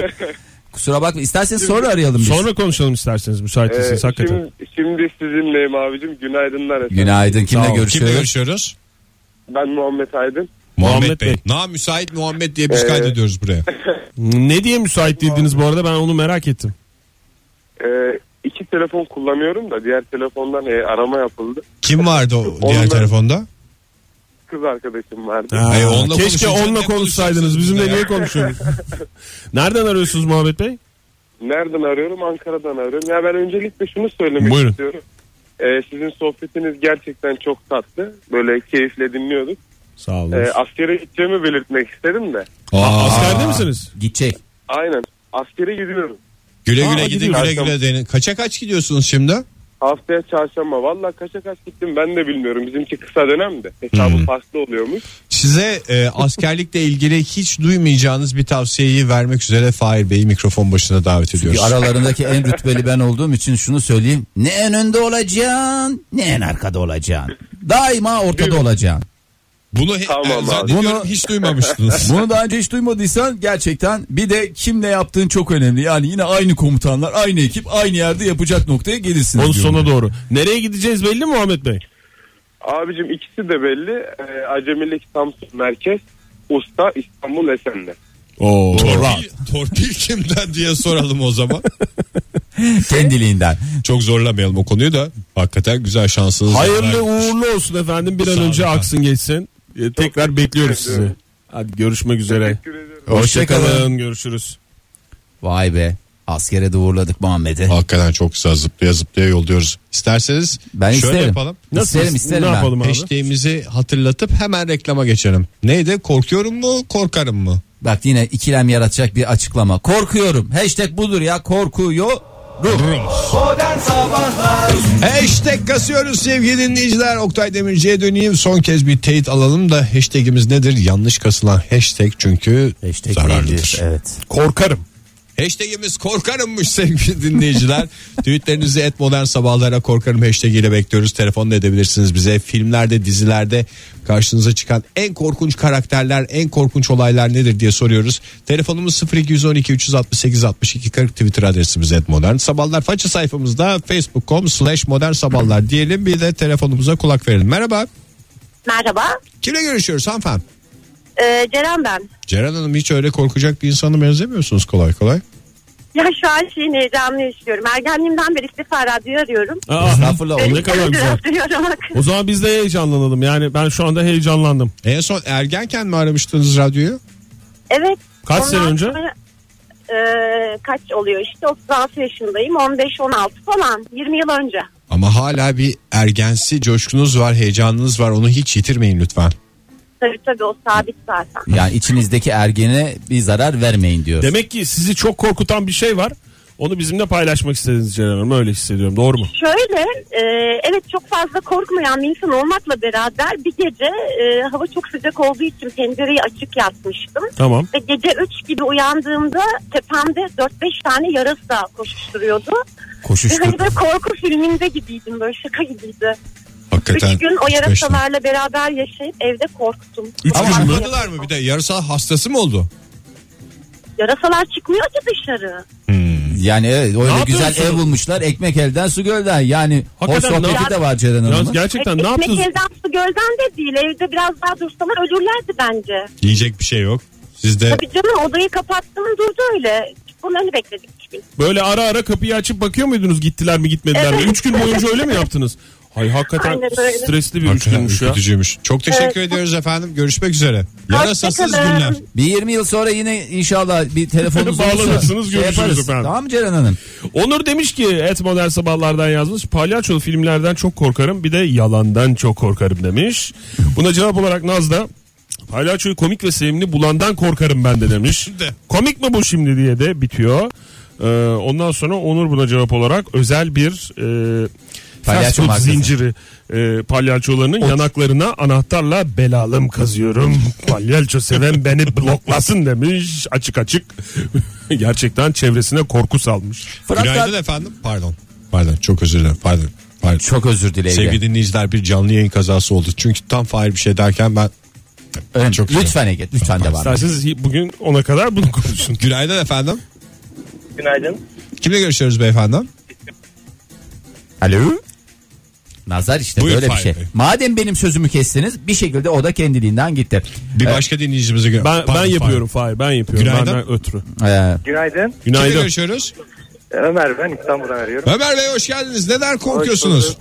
Speaker 3: kusura bakma. İsterseniz sonra arayalım biz.
Speaker 4: Sonra konuşalım isterseniz müsait
Speaker 8: Ee,
Speaker 4: değilsiniz hakikaten.
Speaker 8: şimdi, şimdi sizinleyim abicim. Günaydınlar efendim.
Speaker 3: Günaydın. Kimle
Speaker 4: Sağ ol.
Speaker 2: Kimle
Speaker 3: görüşüyoruz?
Speaker 2: görüşüyoruz?
Speaker 8: Ben Muhammed Aydın.
Speaker 2: Muhammed,
Speaker 4: Muhammed
Speaker 2: Bey.
Speaker 4: Bey.
Speaker 2: Na müsait Muhammed diye biz
Speaker 8: Ee,
Speaker 2: kaydediyoruz buraya.
Speaker 4: Ne diye müsait değildiniz bu arada ben onu merak ettim.
Speaker 8: Ee, iki telefon kullanıyorum da diğer telefondan e, arama yapıldı.
Speaker 2: Kim vardı o diğer
Speaker 8: Onunla-
Speaker 2: telefonda?
Speaker 8: Kız arkadaşım
Speaker 9: Ee,
Speaker 8: vardı.
Speaker 4: Ha,
Speaker 2: Hayır, onunla
Speaker 4: keşke
Speaker 2: konuşunca
Speaker 4: onunla
Speaker 2: ne
Speaker 4: konuşsaydınız.
Speaker 2: konuşuyorsunuz
Speaker 4: Bizimle
Speaker 2: ya?
Speaker 4: niye konuşuyorsunuz? Nereden arıyorsunuz Muhammed Bey?
Speaker 8: Nereden arıyorum? Ankara'dan arıyorum. Ya ben öncelikle şunu söylemek
Speaker 4: Buyurun.
Speaker 8: istiyorum. Ee, sizin sohbetiniz gerçekten çok tatlı. Böyle keyifle dinliyorduk.
Speaker 4: Sağ olun.
Speaker 8: Ee, askere gideceğimi belirtmek istedim de.
Speaker 2: Aa,
Speaker 4: Askerde misiniz?
Speaker 3: Gidecek.
Speaker 8: Aynen. Askere gidiyorum.
Speaker 2: güle
Speaker 4: Aa,
Speaker 2: güle gidin
Speaker 4: gidiyoruz.
Speaker 2: güle güle denin. Kaça kaç gidiyorsunuz şimdi?
Speaker 8: Haftaya çarşamba. Valla kaça kaç gittim ben de bilmiyorum. Bizimki kısa dönemde. Hesabı farklı oluyormuş.
Speaker 2: Size e, askerlikle ilgili hiç duymayacağınız bir tavsiyeyi vermek üzere Fahir Bey'i mikrofon başına davet ediyoruz.
Speaker 3: Aralarındaki en rütbeli ben olduğum için şunu söyleyeyim. Ne en önde olacaksın ne en arkada olacaksın. Daima ortada olacaksın.
Speaker 2: Bunu he-
Speaker 8: Tamam abi.
Speaker 2: zannediyorum
Speaker 3: Bunu-
Speaker 2: hiç duymamıştınız.
Speaker 3: Bunu daha önce hiç duymadıysan gerçekten bir de kimle yaptığın çok önemli. Yani yine aynı komutanlar, aynı ekip, aynı yerde yapacak noktaya gelirsin.
Speaker 4: Onun sona doğru. Nereye gideceğiz belli mi Muhammed Bey?
Speaker 8: Abicim ikisi de belli. Ee, Acemilik Samsun Merkez. Usta İstanbul Esenler.
Speaker 4: Oo.
Speaker 2: torpil, torpil kimden diye soralım o zaman.
Speaker 3: kendiliğinden.
Speaker 2: Çok zorlamayalım o konuyu da. Hakikaten güzel şansınız.
Speaker 4: Hayırlı
Speaker 2: var.
Speaker 4: uğurlu olsun efendim. Bir
Speaker 2: Sağ
Speaker 4: an
Speaker 2: olun
Speaker 4: önce
Speaker 2: efendim.
Speaker 4: aksın geçsin. Ee, tekrar bekliyoruz sizi. Hadi görüşmek üzere.
Speaker 8: Teşekkür ederim.
Speaker 3: Hoşçakalın.
Speaker 4: Hoşçakalın. Görüşürüz.
Speaker 3: Vay be askere de uğurladık Muhammed'i.
Speaker 2: Hakikaten çok güzel zıplaya zıplaya yolluyoruz. İsterseniz
Speaker 3: Ben
Speaker 2: şöyle
Speaker 3: isterim.
Speaker 2: yapalım.
Speaker 4: Nasıl?
Speaker 3: İsterim, isterim
Speaker 4: ne
Speaker 3: ben.
Speaker 4: yapalım abi?
Speaker 2: Hashtag'imizi hatırlatıp hemen reklama geçelim. Neydi? Korkuyorum mu? Korkarım mı?
Speaker 3: Bak yine ikilem yaratacak bir açıklama. Korkuyorum. Hashtag budur ya korkuyor.
Speaker 2: Hashtag kasıyoruz sevgili dinleyiciler. Oktay Demirci'ye döneyim. Son kez bir teyit alalım da hashtagimiz nedir? Yanlış kasılan hashtag çünkü zararlıdır.
Speaker 3: Evet.
Speaker 4: Korkarım.
Speaker 2: Hashtagimiz korkarımmış sevgili dinleyiciler. Tweetlerinizi et modern sabahlara korkarım hashtagiyle bekliyoruz. Telefonla edebilirsiniz bize. Filmlerde dizilerde karşınıza çıkan en korkunç karakterler en korkunç olaylar nedir diye soruyoruz. Telefonumuz 0212 368 62 40 Twitter adresimiz et modern sabahlar. Faça sayfamızda facebook.com slash modern sabahlar diyelim bir de telefonumuza kulak verelim. Merhaba
Speaker 10: Merhaba.
Speaker 2: kimle görüşüyoruz hanımefendi?
Speaker 10: Ee, Ceren ben.
Speaker 2: Ceren Hanım hiç öyle korkacak bir insana benzemiyorsunuz kolay kolay.
Speaker 10: Ya şu an şeyin heyecanını yaşıyorum. Ergenliğimden beri ilk defa radyoyu arıyorum.
Speaker 4: Aa,
Speaker 3: Estağfurullah,
Speaker 4: o ne kadar güzel.
Speaker 10: Duyuyorum bak.
Speaker 4: O zaman biz de heyecanlanalım. Yani ben şu anda heyecanlandım.
Speaker 2: En son ergenken mi aramıştınız radyoyu?
Speaker 10: Evet.
Speaker 4: Kaç
Speaker 10: Ondan
Speaker 4: sene önce?
Speaker 10: sonra, e, kaç oluyor işte 36 yaşındayım 15-16 falan 20 yıl önce.
Speaker 2: Ama hala bir ergensi coşkunuz var, heyecanınız var. Onu hiç yitirmeyin lütfen.
Speaker 10: Tabii tabii o sabit zaten.
Speaker 3: Yani içinizdeki ergene bir zarar vermeyin diyor.
Speaker 4: Demek ki sizi çok korkutan bir şey var. Onu bizimle paylaşmak istediniz Ceren Hanım. Öyle hissediyorum. Doğru mu?
Speaker 10: Şöyle e, evet çok fazla korkmayan bir insan olmakla beraber bir gece e, hava çok sıcak olduğu için pencereyi açık yatmıştım.
Speaker 4: Tamam.
Speaker 10: Ve gece 3 gibi uyandığımda tepemde 4-5 tane yarasa koşuşturuyordu. Ve
Speaker 3: Koşuştur.
Speaker 10: hani böyle korku filminde gibiydim böyle şaka gibiydi.
Speaker 2: Hakikaten.
Speaker 10: Üç gün o
Speaker 2: üç beş
Speaker 10: yarasalarla beraber yaşayıp evde korktum.
Speaker 2: tane. Üç
Speaker 10: Ama
Speaker 2: gün bulamadılar mı bir de? Yarısal hastası mı oldu?
Speaker 10: Yarasalar çıkmıyor ki dışarı.
Speaker 3: Yani evet, öyle
Speaker 4: Ne
Speaker 3: güzel ev
Speaker 4: yapıyorsunuz?
Speaker 3: bulmuşlar. Ekmek elden su gölden. Yani hoş
Speaker 4: Hakikaten ne-
Speaker 3: sohbeti de var Ceren
Speaker 4: Ya
Speaker 3: Hanım'ın.
Speaker 4: gerçekten
Speaker 10: Ek-
Speaker 4: ne
Speaker 10: ekmek
Speaker 4: yaptınız?
Speaker 10: elden su gölden de değil. Evde biraz daha dursalar ölürlerdi bence.
Speaker 2: Yiyecek bir şey yok. Siz de
Speaker 10: Tabii canım odayı kapattım durdu öyle. Bunları bekledik üç gün.
Speaker 4: Böyle ara ara kapıyı açıp bakıyor muydunuz gittiler mi gitmediler mi?
Speaker 10: Evet.
Speaker 4: Üç gün boyunca öyle mi yaptınız? Hay hakikaten
Speaker 11: Aynen öyle.
Speaker 4: stresli bir
Speaker 2: Hakikaten
Speaker 4: üçgünmüş ya.
Speaker 2: ürkütücüymüş. Çok teşekkür ediyoruz efendim. Görüşmek üzere. Yarasasız
Speaker 11: Hoşçakalın.
Speaker 2: günler.
Speaker 3: Bir 20 yıl sonra yine inşallah bir telefonunuz
Speaker 4: Bağlanırsınız, görüşürüz
Speaker 3: yaparız.
Speaker 4: efendim.
Speaker 3: Tamam mı Ceren Hanım?
Speaker 4: Onur demiş ki et modern sabahlardan yazmış. Palyaço filmlerden çok korkarım bir de yalandan çok korkarım demiş. Buna cevap olarak Naz da palyaçoyu komik ve sevimli bulandan korkarım ben de demiş. komik mi bu şimdi diye de bitiyor. Ee, ondan sonra Onur buna cevap olarak özel bir e,
Speaker 3: Palyaço
Speaker 4: fast food
Speaker 3: markası.
Speaker 4: zinciri e, palyaçolarının yanaklarına anahtarla belalım kazıyorum. Palyaço seven beni bloklasın demiş açık açık. Gerçekten çevresine korku salmış.
Speaker 3: Fırat
Speaker 2: Günaydın
Speaker 3: Kar-
Speaker 2: efendim. Pardon. Pardon çok özür dilerim. Pardon. Pardon.
Speaker 3: Çok özür dilerim.
Speaker 2: Sevgili dinleyiciler bir canlı yayın kazası oldu. Çünkü tam fail bir şey derken ben
Speaker 3: Ön-
Speaker 2: Çok güzel.
Speaker 3: lütfen Ege lütfen devam. et.
Speaker 4: İsterseniz bugün ona kadar bunu konuşun.
Speaker 2: Günaydın efendim.
Speaker 9: Günaydın.
Speaker 2: Kimle görüşüyoruz beyefendi?
Speaker 3: Alo. Nazar işte
Speaker 2: Buyur
Speaker 3: böyle bir
Speaker 2: Fahir
Speaker 3: şey.
Speaker 2: Bey.
Speaker 3: Madem benim sözümü kestiniz bir şekilde o da kendiliğinden gitti.
Speaker 2: Bir başka dinleyicimize gö-
Speaker 4: Ben,
Speaker 2: Pardon,
Speaker 4: ben yapıyorum
Speaker 2: pardon.
Speaker 4: Fahir ben yapıyorum.
Speaker 2: Günaydın.
Speaker 4: Benden ötürü.
Speaker 3: Ee,
Speaker 9: Günaydın. Ee,
Speaker 2: Kimle
Speaker 4: Günaydın.
Speaker 2: görüşüyoruz?
Speaker 9: Ömer ben İstanbul'dan arıyorum.
Speaker 2: Ömer Bey hoş geldiniz. Neden korkuyorsunuz?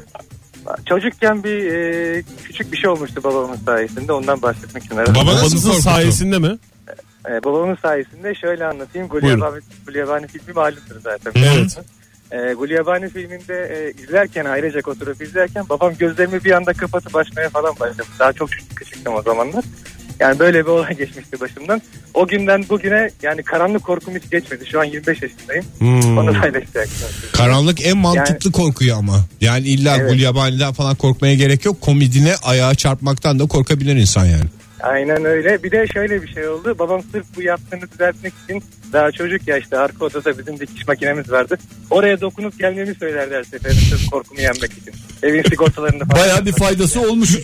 Speaker 9: Çocukken bir e, küçük bir şey olmuştu babamın sayesinde ondan bahsetmek için aradım.
Speaker 2: Baba nasıl
Speaker 4: Babanızın
Speaker 2: korkuttu?
Speaker 4: sayesinde mi?
Speaker 9: Ee, babamın sayesinde şöyle anlatayım.
Speaker 4: Buyurun.
Speaker 9: Gulyabani, Gulyabani filmi malumdur zaten.
Speaker 4: Evet.
Speaker 9: Ee, Gulyabani filminde e, izlerken ailecek oturup izlerken babam gözlerimi bir anda kapatıp açmaya falan başladı. Daha çok küçük- küçüktüm o zamanlar. Yani böyle bir olay geçmişti başımdan. O günden bugüne yani karanlık korkum hiç geçmedi. Şu an 25 yaşındayım.
Speaker 4: Hmm.
Speaker 9: Onu paylaşacaktım.
Speaker 2: Hmm. Karanlık en mantıklı korkuyu ama. Yani illa
Speaker 9: Evet.
Speaker 2: Gulyabani'den falan korkmaya gerek yok. Komedine ayağa çarpmaktan da korkabilir insan yani.
Speaker 9: Aynen öyle. Bir de şöyle bir şey oldu. Babam sırf bu yaptığını düzeltmek için daha çocuk yaşta arka odada bizim dikiş makinemiz vardı. Oraya dokunup gelmemi söylerdi her seferinde sırf korkumu yenmek için. Evin sigortalarında falan.
Speaker 3: Baya bir faydası olmuş.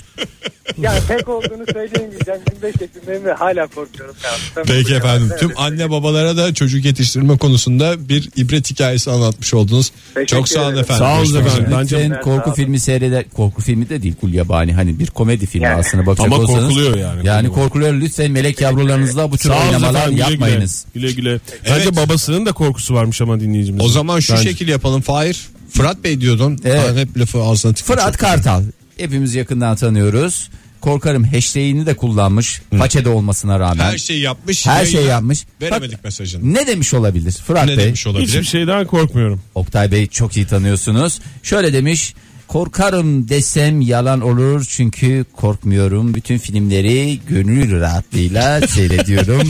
Speaker 9: Yani pek olduğunu söyleyemeyeceğim. 25 yaşındayım ve hala korkuyorum. Yani.
Speaker 2: Peki efendim. Tüm anne babalara da çocuk yetiştirme konusunda bir ibret hikayesi anlatmış oldunuz.
Speaker 9: Teşekkür
Speaker 2: Çok sağ olun
Speaker 9: ederim.
Speaker 2: efendim.
Speaker 4: Sağ olun
Speaker 2: Görüşmek
Speaker 4: efendim.
Speaker 2: üzere.
Speaker 4: Bence-
Speaker 3: Lütfen korku filmi seyreder. Korku filmi de değil Gulyabani hani bir komedi filmi
Speaker 9: Yani.
Speaker 3: aslında bakacak
Speaker 4: Ama
Speaker 3: olsanız.
Speaker 4: korkuluyor yani.
Speaker 3: Yani korkuluyor lütfen melek yavrularınızla bu tür
Speaker 4: Sağ olun
Speaker 3: oynamalar
Speaker 4: efendim, güle
Speaker 3: yapmayınız.
Speaker 4: Güle güle. güle. Bence
Speaker 2: Evet.
Speaker 4: babasının da korkusu varmış ama dinleyicimizin.
Speaker 2: O zaman şu
Speaker 4: Bence.
Speaker 2: şekil yapalım. Fahir. Fırat Bey diyordun.
Speaker 3: Evet.
Speaker 2: Ben hep lafı ağzına tıkmış.
Speaker 3: Fırat Kartal hepimiz yakından tanıyoruz. Korkarım hashtag'ini de kullanmış. Façede olmasına rağmen.
Speaker 2: Her şeyi yapmış.
Speaker 3: Her
Speaker 2: yayına
Speaker 3: şey yapmış.
Speaker 2: Veremedik
Speaker 3: Bak,
Speaker 2: mesajını.
Speaker 3: Ne demiş olabilir Fırat
Speaker 2: Ne
Speaker 3: Bey?
Speaker 2: demiş olabilir?
Speaker 4: Hiçbir şeyden korkmuyorum.
Speaker 3: Oktay Bey çok iyi tanıyorsunuz. Şöyle demiş. Korkarım desem yalan olur çünkü korkmuyorum. Bütün filmleri gönül rahatlığıyla seyrediyorum.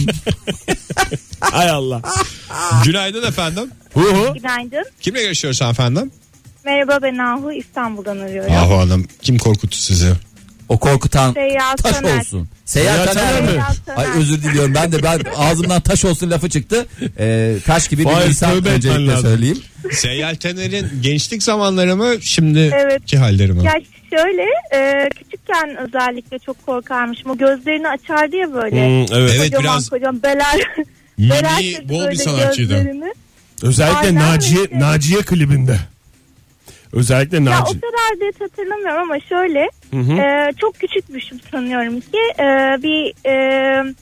Speaker 4: Hay Allah.
Speaker 2: Günaydın efendim.
Speaker 4: Huhu.
Speaker 11: Günaydın.
Speaker 2: Kimle görüşüyoruz efendim?
Speaker 11: Merhaba ben Ahu İstanbul'dan arıyorum.
Speaker 2: Ahu Hanım kim korkuttu sizi?
Speaker 3: O korkutan
Speaker 11: Seyyah
Speaker 3: taş
Speaker 11: Taner.
Speaker 3: olsun. Seyyah
Speaker 4: Seyyah
Speaker 3: Taner
Speaker 4: Taner
Speaker 3: mi?
Speaker 4: mi?
Speaker 3: Ay özür diliyorum ben de ben ağzımdan taş olsun lafı çıktı. Ee, taş gibi bir
Speaker 4: Hayır,
Speaker 3: insan
Speaker 4: tövbe etmen
Speaker 3: öncelikle
Speaker 4: lazım.
Speaker 3: söyleyeyim.
Speaker 2: Seyyal Tener'in gençlik zamanları mı şimdiki
Speaker 11: Evet.
Speaker 2: halleri mi?
Speaker 11: Ya şöyle e, küçükken özellikle çok korkarmışım. O gözlerini açardı ya böyle.
Speaker 4: Hmm, evet.
Speaker 2: Evet,
Speaker 11: kocaman
Speaker 2: biraz
Speaker 11: kocaman beler.
Speaker 2: milli,
Speaker 11: beler çekti
Speaker 2: bol bir
Speaker 11: böyle
Speaker 2: sanatçıydı.
Speaker 11: gözlerini.
Speaker 4: Özellikle
Speaker 11: Aynen
Speaker 4: Naciye
Speaker 11: öyle.
Speaker 4: Naciye klibinde. Özellikle
Speaker 11: Ya o
Speaker 4: Naciye.
Speaker 11: kadar net hatırlamıyorum ama şöyle e, çok küçükmüşüm sanıyorum ki e, bir e,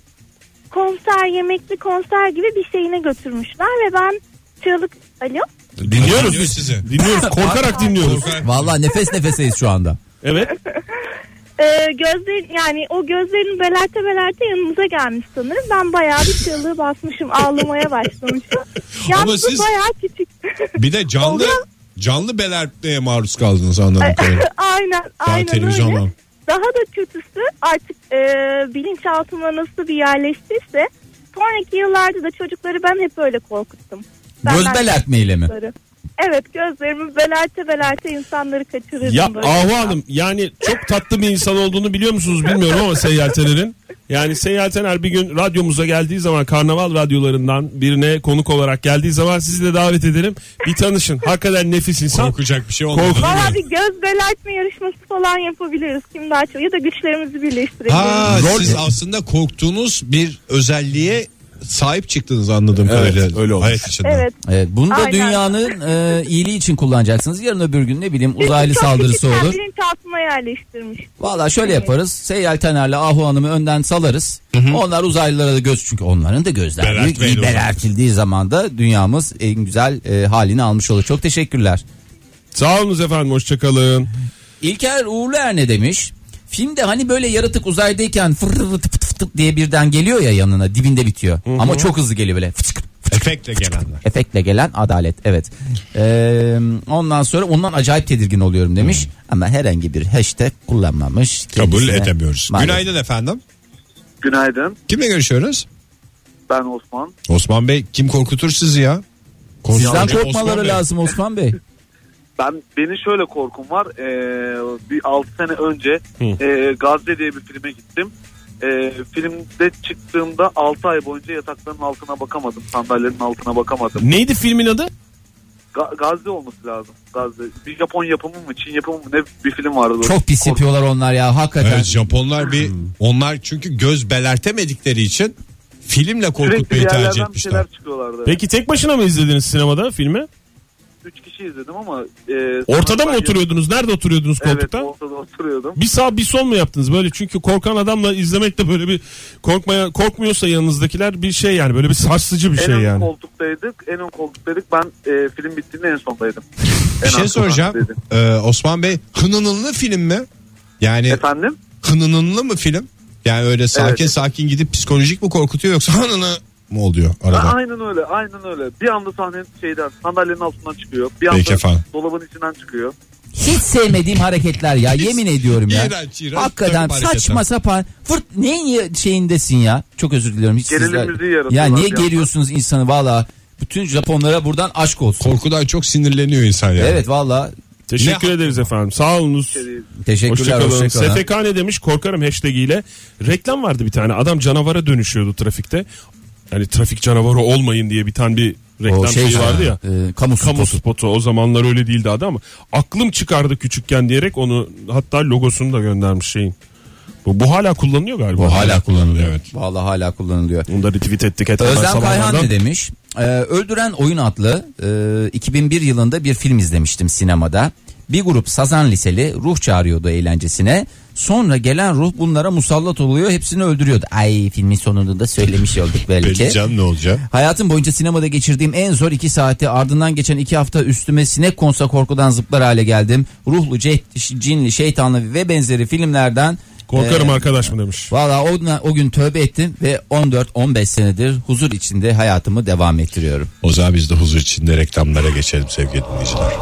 Speaker 11: konser yemekli konser gibi bir şeyine götürmüşler ve ben çığlık alo
Speaker 4: Dinliyoruz
Speaker 2: Dinliyor
Speaker 4: biz
Speaker 2: sizi.
Speaker 4: Dinliyoruz. Korkarak dinliyoruz.
Speaker 3: Vallahi nefes nefeseyiz şu anda.
Speaker 4: Evet.
Speaker 11: e, gözlerin yani o gözlerin belerte belerte yanımıza gelmiş sanırım ben bayağı bir çığlığı basmışım ağlamaya başlamışım yalnız bu
Speaker 2: siz-
Speaker 11: bayağı küçük
Speaker 2: Bir de canlı
Speaker 11: Oluyor.
Speaker 2: canlı belertmeye maruz kaldınız anladığım kadarıyla.
Speaker 11: aynen
Speaker 2: Daha
Speaker 11: aynen öyle.
Speaker 2: televizyondan.
Speaker 11: Daha da kötüsü artık e, bilinçaltıma nasıl bir yerleştiyse sonraki yıllarda da çocukları ben hep öyle korkuttum.
Speaker 3: Göz
Speaker 11: Senden
Speaker 3: belertmeyle mi?
Speaker 11: korktukları. Evet gözlerimi belerte belerte insanları kaçırırdım.
Speaker 4: Ya
Speaker 11: böyle.
Speaker 4: Ahu Hanım yani çok tatlı bir insan olduğunu biliyor musunuz bilmiyorum ama Seyyal Tener'in. Yani Seyyal Tener bir gün radyomuza geldiği zaman karnaval radyolarından birine konuk olarak geldiği zaman sizi de davet edelim. Bir tanışın. Hakikaten nefis insan.
Speaker 2: Korkacak bir şey olmadı.
Speaker 4: Korku-
Speaker 11: Valla bir göz belertme yarışması falan yapabiliriz. Kim daha çok ya da güçlerimizi birleştirebiliriz.
Speaker 2: Ha,
Speaker 4: Rol-
Speaker 2: siz aslında korktuğunuz bir özelliğe sahip çıktınız anladığım
Speaker 4: Evet,
Speaker 2: kadarıyla.
Speaker 4: öyle olmuş.
Speaker 2: Hayat içinde.
Speaker 11: Evet.
Speaker 3: Evet, bunu da
Speaker 11: Aynen.
Speaker 3: dünyanın e, iyiliği için kullanacaksınız. Yarın öbür gün ne bileyim uzaylı
Speaker 11: Çok
Speaker 3: saldırısı
Speaker 11: küçükken
Speaker 3: olur.
Speaker 11: Bilinçaltıma yerleştirmiş.
Speaker 3: Valla şöyle yaparız. Seyyal Taner'le Ahu Hanım'ı önden salarız. Onlar uzaylılara da göz çünkü onların da gözler büyük.
Speaker 2: Belertmeyle
Speaker 3: İyi
Speaker 2: olur.
Speaker 3: belertildiği zaman da dünyamız en güzel e, halini almış olur. Çok teşekkürler.
Speaker 4: Sağ olunuz efendim hoşçakalın.
Speaker 3: İlker Uğurlu Er ne demiş? Filmde hani böyle yaratık uzaydayken fır fır tıp tıp tıp diye birden geliyor ya yanına dibinde bitiyor. Ama çok hızlı geliyor böyle. Fıçık,
Speaker 2: Efektle gelenler.
Speaker 3: efektle gelen adalet evet. Ee, ondan sonra ondan acayip tedirgin oluyorum demiş. Ama herhangi bir hashtag kullanmamış.
Speaker 2: Hmm. Kabul
Speaker 3: Kendisine
Speaker 2: edemiyoruz.
Speaker 3: maalesef.
Speaker 2: Günaydın efendim.
Speaker 12: Günaydın.
Speaker 2: Kimle görüşüyoruz?
Speaker 12: Ben Osman.
Speaker 2: Osman Bey kim korkutur sizi ya?
Speaker 3: Sizden
Speaker 2: Konuşmacı
Speaker 3: korkmaları
Speaker 2: Osman Bey.
Speaker 3: lazım Osman Bey.
Speaker 12: Ben beni şöyle korkum var. Ee, bir 6 sene önce e, Gazze diye bir filme gittim. Ee, filmde çıktığımda 6 ay boyunca yatakların altına bakamadım. Sandalyenin altına bakamadım.
Speaker 4: Neydi filmin adı?
Speaker 12: Ga- Gazze olması lazım. Gazze. Bir Japon yapımı mı, Çin yapımı mı ne bir film vardı.
Speaker 3: Çok pis
Speaker 12: Kork-
Speaker 3: yapıyorlar onlar ya hakikaten.
Speaker 2: Evet Japonlar bir onlar çünkü göz belertemedikleri için filmle
Speaker 12: Sürekli bir
Speaker 2: korkutmayı tercih
Speaker 12: yerlerden bir
Speaker 2: etmişler.
Speaker 12: şeyler çıkıyorlardı.
Speaker 4: Peki tek başına mı izlediniz sinemada filmi?
Speaker 12: 3 kişi izledim ama... e,
Speaker 4: Ortada mı
Speaker 12: sandalye-
Speaker 4: oturuyordunuz? Nerede oturuyordunuz
Speaker 12: Evet
Speaker 4: koltukta?
Speaker 12: ortada oturuyordum.
Speaker 4: Bir sağ bir sol mu yaptınız böyle? Çünkü korkan adamla izlemek de böyle bir korkmaya korkmuyorsa yanınızdakiler bir şey yani böyle bir sarsıcı bir
Speaker 12: en
Speaker 4: şey
Speaker 12: ön
Speaker 4: yani.
Speaker 12: koltuktaydık. En ön koltuktaydık. Ben e, film bittiğinde en sondaydım.
Speaker 2: Bir
Speaker 12: En
Speaker 2: şey
Speaker 12: arkadan
Speaker 2: soracağım.
Speaker 12: dedim.
Speaker 2: Ee, Osman Bey hınınınlı film mi? Yani
Speaker 12: Efendim?
Speaker 2: hınınınlı mı film? Yani öyle sakin
Speaker 12: Evet.
Speaker 2: sakin gidip psikolojik mi korkutuyor yoksa hınını mı oluyor
Speaker 12: Ha,
Speaker 2: arada?
Speaker 12: aynen öyle. Aynen öyle. Bir anda sahnenin şeyden sandalyenin altından çıkıyor. Bir anda
Speaker 2: Peki efendim.
Speaker 12: dolabın içinden çıkıyor.
Speaker 3: Hiç sevmediğim hareketler ya yemin ediyorum ya.
Speaker 2: İğrenç, iğrenç
Speaker 3: Hakikaten
Speaker 2: takım hareketler.
Speaker 3: saçma sapan. Fırt neyin ya- şeyindesin ya? Çok özür diliyorum. Hiç
Speaker 12: Gerilim
Speaker 3: sizler-
Speaker 12: müziği yaratıyorlar
Speaker 3: Ya niye
Speaker 12: bir yandan.
Speaker 3: geriyorsunuz insanı valla? Bütün Japonlara buradan aşk olsun.
Speaker 2: Korkudan çok sinirleniyor insan yani.
Speaker 3: Evet valla
Speaker 4: Teşekkür
Speaker 2: Ne-
Speaker 4: ederiz efendim. Sağolunuz.
Speaker 12: İçeriği.
Speaker 3: teşekkürler
Speaker 4: Hoşçakalın.
Speaker 3: hoşçakalın.
Speaker 4: SFK ne demiş? Korkarım hashtag ile. Reklam vardı bir tane. Adam canavara dönüşüyordu trafikte. Yani trafik canavarı olmayın diye bir tane bir reklam şeyi vardı ya.
Speaker 3: e, kamu
Speaker 4: Kamu
Speaker 3: spotu.
Speaker 4: spotu o zamanlar öyle değildi adı ama aklım çıkardı küçükken diyerek onu hatta logosunu da göndermiş şeyin. Bu, bu hala kullanılıyor galiba.
Speaker 2: Bu hala kullanılıyor evet.
Speaker 3: Valla hala kullanılıyor.
Speaker 4: Bunu da retweet ettik. hatta ben
Speaker 3: Özlem Kayhan
Speaker 4: sabahlardan-
Speaker 3: ne demiş? Ee, Öldüren Oyun adlı e, 2001 yılında bir film izlemiştim sinemada. Bir grup sazan liseli ruh çağırıyordu eğlencesine. Sonra gelen ruh bunlara musallat oluyor hepsini öldürüyordu. Ay filmin sonunu da söylemiş olduk belki.
Speaker 2: Can ne olacak?
Speaker 3: Hayatım boyunca sinemada geçirdiğim en zor iki saati ardından geçen iki hafta üstüme sinek konsa korkudan zıplar hale geldim. Ruhlu, ce- cinli, şeytanlı ve benzeri filmlerden
Speaker 4: Korkarım
Speaker 2: Ee,
Speaker 3: e,
Speaker 4: arkadaş mı demiş.
Speaker 3: Valla o, o gün tövbe ettim ve 14-15 senedir huzur içinde hayatımı devam ettiriyorum.
Speaker 2: O zaman biz de huzur içinde reklamlara geçelim sevgili dinleyiciler.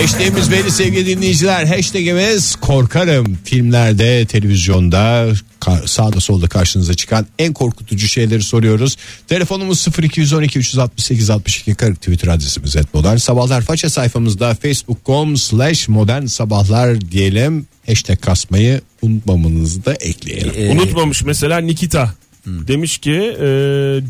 Speaker 2: Hashtag'imiz belli sevgili dinleyiciler. Hashtag'imiz korkarım. Filmlerde, televizyonda, ka- sağda solda karşınıza çıkan en korkutucu şeyleri soruyoruz. Telefonumuz 0212 368 62 40 Twitter adresimiz et modern sabahlar. Faça sayfamızda facebook.com slash modern sabahlar diyelim. Hashtag kasmayı unutmamanızı da ekleyelim.
Speaker 3: Ee,
Speaker 4: Unutmamış mesela Nikita. Demiş ki e,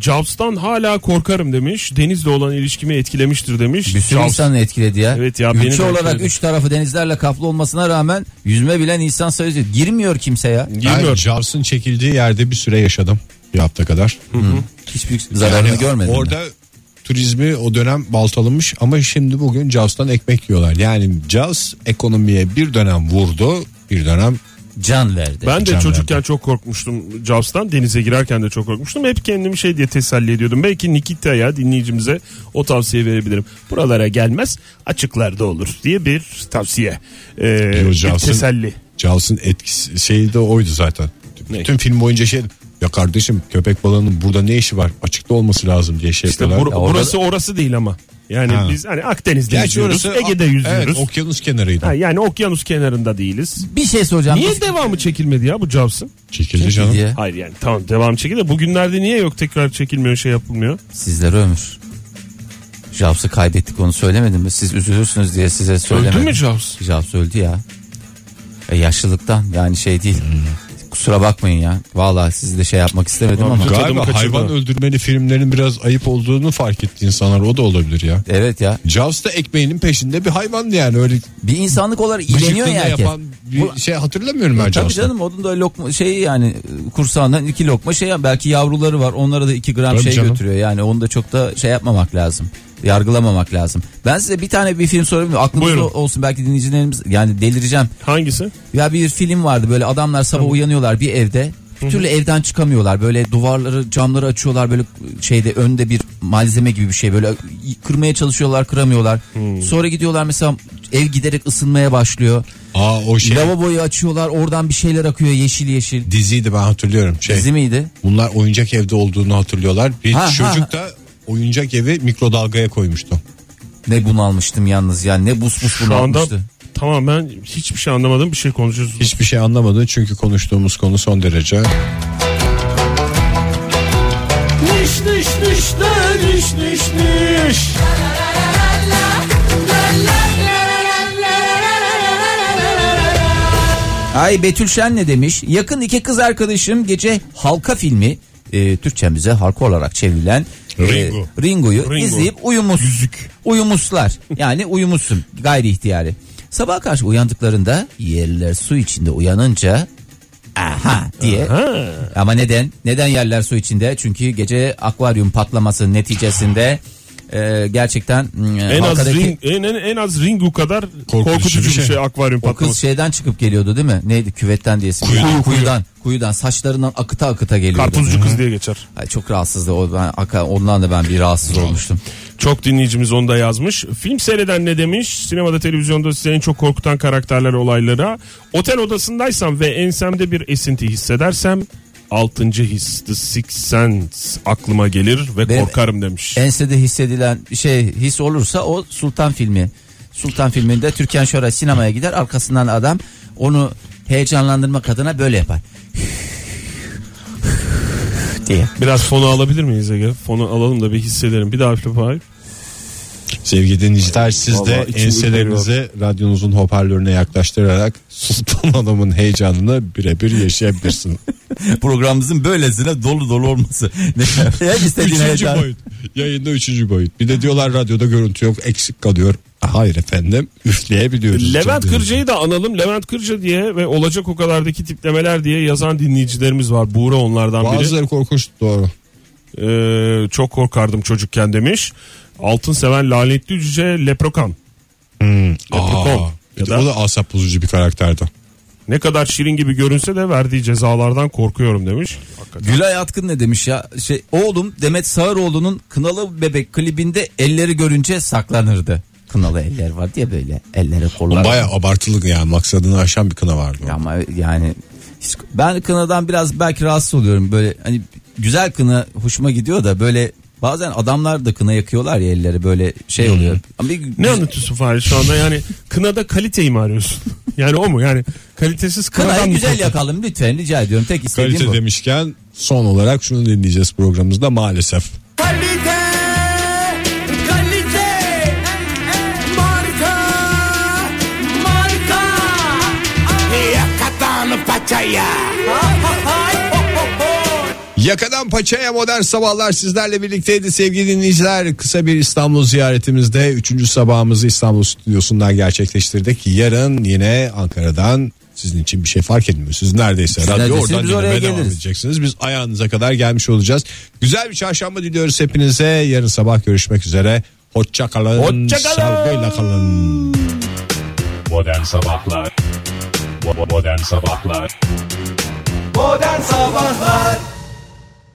Speaker 4: Jaws'tan hala korkarım demiş. Denizle olan ilişkimi etkilemiştir demiş.
Speaker 3: bir sürü
Speaker 4: Jaws.
Speaker 3: insanı etkiledi ya.
Speaker 4: Evet ya, beni de
Speaker 3: Ülke olarak
Speaker 4: etkiledi.
Speaker 3: 3 tarafı denizlerle kaplı olmasına rağmen yüzme bilen insan sayısı girmiyor kimse ya.
Speaker 2: Ben
Speaker 4: Girmiyor.
Speaker 2: Jaws'ın çekildiği yerde bir süre yaşadım. Bir hafta kadar.
Speaker 3: Hiçbir zararını
Speaker 2: Yani
Speaker 3: görmedim. ben.
Speaker 2: Orada turizmi o dönem baltalamış ama şimdi bugün Jaws'tan ekmek yiyorlar. Yani Jaws ekonomiye bir dönem vurdu bir dönem
Speaker 3: Can verdi.
Speaker 4: Ben de
Speaker 2: Can
Speaker 4: çocukken çok korkmuştum Jaws'tan. Denize girerken de çok korkmuştum. Hep kendimi şey diye teselli ediyordum. Belki Nikita'ya dinleyicimize o tavsiye verebilirim. Buralara gelmez açıklarda olur diye bir tavsiye. Ee,
Speaker 2: Yo,
Speaker 4: bir
Speaker 2: Jaws'ın-
Speaker 4: teselli.
Speaker 2: Jaws'ın etkisi şeyi de oydu zaten.
Speaker 4: Ne?
Speaker 2: Bütün film boyunca şey ya kardeşim köpek balığının burada ne işi var açıkta olması lazım diye şey
Speaker 4: İşte
Speaker 2: yapıyorlar.
Speaker 4: bur-
Speaker 3: Ya orada-
Speaker 4: burası orası değil ama. Yani
Speaker 2: Ha.
Speaker 4: biz hani Akdeniz'de
Speaker 2: Gerçi
Speaker 4: yüzüyoruz.
Speaker 2: orası-
Speaker 4: Ege'de
Speaker 2: evet,
Speaker 4: yüzüyoruz.
Speaker 2: okyanus kenarıydı.
Speaker 4: Ha, yani okyanus kenarında değiliz.
Speaker 3: Bir şey soracağım.
Speaker 4: Niye devamı çekilmedi ya bu Jaws'ın?
Speaker 2: Çekildi canım.
Speaker 3: diye.
Speaker 4: Hayır yani tamam devam çekildi. de Bugünlerde niye yok tekrar çekilmiyor şey yapılmıyor?
Speaker 3: Sizlere ömür. Jobs'ı kaybettik onu söylemedim mi? Siz üzülürsünüz diye size söylemedim.
Speaker 4: mü Jobs?
Speaker 3: Jobs öldü ya. E, yaşlılıktan yani şey değil.
Speaker 4: Hmm.
Speaker 3: Kusura bakmayın ya. Vallahi sizi de şey yapmak istemedim ama.
Speaker 4: Tadımı
Speaker 2: Galiba
Speaker 4: kaçırdı.
Speaker 2: hayvan öldürmeli filmlerin biraz ayıp olduğunu fark etti insanlar o da olabilir ya.
Speaker 3: Evet ya.
Speaker 2: Jaws da ekmeğinin peşinde bir hayvandı yani öyle
Speaker 3: Bir insanlık olarak ileniyor
Speaker 2: bıcıklığını
Speaker 3: ya herkes.
Speaker 2: yapan bir şey hatırlamıyorum ben
Speaker 3: Tabii
Speaker 2: Jaws'ta.
Speaker 3: canım onun da lokma şey yani e, kursağından iki lokma şey ya belki yavruları var onlara da iki gram
Speaker 2: Tabii
Speaker 3: şey
Speaker 2: canım.
Speaker 3: götürüyor yani onu da çok da şey yapmamak lazım yargılamamak lazım. Ben size bir tane bir film sorabilir miyim? Aklınızda
Speaker 4: Buyurun.
Speaker 3: olsun belki dinleyicilerimiz yani delireceğim.
Speaker 4: Hangisi?
Speaker 3: Ya bir film vardı böyle adamlar sabah uyanıyorlar bir evde. Bir türlü evden çıkamıyorlar. Böyle duvarları, camları açıyorlar böyle şeyde önde bir malzeme gibi bir şey böyle kırmaya çalışıyorlar, kıramıyorlar. Sonra gidiyorlar mesela ev giderek ısınmaya başlıyor.
Speaker 2: Aa o şey
Speaker 3: Lavaboyu açıyorlar oradan bir şeyler akıyor yeşil yeşil.
Speaker 2: diziydi ben hatırlıyorum. Şey,
Speaker 3: Dizi miydi?
Speaker 2: Bunlar oyuncak evde olduğunu hatırlıyorlar. Bir
Speaker 3: Ha, ha,
Speaker 2: çocuk da oyuncak evi mikrodalgaya koymuştu.
Speaker 3: Ne bunu almıştım yalnız ya ne bus bus bunu
Speaker 4: Şu anda
Speaker 3: almıştı.
Speaker 4: tamamen hiçbir şey anlamadığım bir şey konuşuyoruz.
Speaker 2: Hiçbir şey anlamadı çünkü konuştuğumuz konu son derece.
Speaker 1: Niş niş niş de niş niş niş.
Speaker 3: Ay Betül Şen ne demiş? Yakın iki kız arkadaşım gece Halka filmi e, Türkçemize halka olarak çevrilen e,
Speaker 4: Ringo.
Speaker 3: Ringo'yu
Speaker 4: Ringo.
Speaker 3: izleyip uyumus. Uyumuslar. Yani uyumusun gayri ihtiyari. Sabah karşı uyandıklarında yerler su içinde uyanınca aha diye. Ama neden? Neden yerler su içinde? Çünkü gece akvaryum patlaması neticesinde e, gerçekten mm,
Speaker 4: En az,
Speaker 3: halkadaki-
Speaker 4: ring, en, en, en az Ringu kadar korkutucu,
Speaker 2: bir
Speaker 4: bir şey,
Speaker 2: şey.
Speaker 4: akvaryum
Speaker 3: o kız
Speaker 4: patlaması.
Speaker 3: şeyden çıkıp geliyordu değil mi? Neydi küvetten diye. Kuyudan, kuyudan. Kuyudan saçlarından akıta akıta geliyordu.
Speaker 4: Karpuzcu kız diye geçer.
Speaker 3: Ay, çok rahatsızdı. O, ben, aka- ondan da ben bir rahatsız olmuştum.
Speaker 4: Çok dinleyicimiz onu da yazmış. Film seyreden ne demiş? Sinemada, televizyonda sizi en çok korkutan karakterler olaylara. Otel odasındaysam ve ensemde bir esinti hissedersem 6. his The Sixth Sense aklıma gelir ve
Speaker 3: Benim-
Speaker 4: korkarım demiş.
Speaker 3: Ensede hissedilen şey his olursa o Sultan filmi. Sultan filminde Türkan Şoray sinemaya gider arkasından adam onu heyecanlandırmak adına böyle yapar. diye.
Speaker 4: Biraz fonu alabilir miyiz Ege? Fonu alalım da bir hissedelim. Bir daha üfle Fahir.
Speaker 2: Sevgili dinleyiciler siz
Speaker 4: Vallahi
Speaker 2: de
Speaker 4: içim
Speaker 2: enselerinizi radyonuzun hoparlörüne yaklaştırarak Sultan Hanım'ın heyecanını birebir yaşayabilirsiniz.
Speaker 3: Programımızın böylesine dolu dolu olması. Ne Her istediğin
Speaker 2: üçüncü
Speaker 3: heyecan.
Speaker 2: boyut. Yayında üçüncü boyut. Bir de diyorlar radyoda görüntü yok eksik kalıyor. Hayır efendim üfleyebiliyoruz.
Speaker 4: Levent
Speaker 2: Canım.
Speaker 4: Kırca'yı da analım. Levent Kırca diye ve olacak o kadardaki tiplemeler diye yazan dinleyicilerimiz var. Buğra onlardan biri.
Speaker 2: Bazıları korkunç doğru.
Speaker 4: Ee, çok korkardım çocukken demiş. Altın seven lanetli cüce leprokan. Leprechaun.
Speaker 2: Aa,
Speaker 4: Ya
Speaker 2: bir de
Speaker 4: da-
Speaker 2: o da asap bozucu bir karakterdi.
Speaker 4: Ne kadar şirin gibi görünse de verdiği cezalardan korkuyorum demiş. Hakikaten.
Speaker 3: Gülay Atkın ne demiş ya? Şey, oğlum Demet Sağıroğlu'nun Kınalı Bebek klibinde elleri görünce saklanırdı. Kınalı eller var diye böyle elleri kolları.
Speaker 2: Baya abartılı yani maksadını aşan bir kına vardı. o.
Speaker 3: Ama yani hiç- ben kınadan biraz belki rahatsız oluyorum böyle hani güzel kına hoşuma gidiyor da böyle bazen adamlar da kına yakıyorlar ya elleri böyle şey oluyor. Ama bir,
Speaker 4: Hmm. Ne anlatıyorsun Fahri şu anda yani kınada kaliteyi mi arıyorsun? Yani o mu yani kalitesiz kınadan
Speaker 3: Kınayı
Speaker 4: mı
Speaker 3: güzel
Speaker 4: korkuyorsun?
Speaker 3: yakalım lütfen rica ediyorum tek istediğim
Speaker 2: Kalite
Speaker 3: bu.
Speaker 2: demişken son olarak şunu dinleyeceğiz programımızda maalesef.
Speaker 1: Kalite, kalite, marka, marka.
Speaker 5: Yakatanı paçaya.
Speaker 2: Yakadan Paça'ya modern sabahlar sizlerle birlikteydi sevgili dinleyiciler. Kısa bir İstanbul ziyaretimizde 3. sabahımızı İstanbul stüdyosundan gerçekleştirdik. Yarın yine Ankara'dan sizin için bir şey fark etmiyor. Siz neredeyse radyo
Speaker 3: neredesiniz,
Speaker 2: oradan
Speaker 3: biz oraya
Speaker 2: dinlemeye devam
Speaker 3: geliriz.
Speaker 2: edeceksiniz. Biz ayağınıza kadar gelmiş olacağız. Güzel bir çarşamba diliyoruz hepinize. Yarın sabah görüşmek üzere. Hoşça kalın.
Speaker 4: Hoşça kalın.
Speaker 2: Saygıyla kalın.
Speaker 13: Modern Sabahlar Bo- Modern Sabahlar
Speaker 1: Modern Sabahlar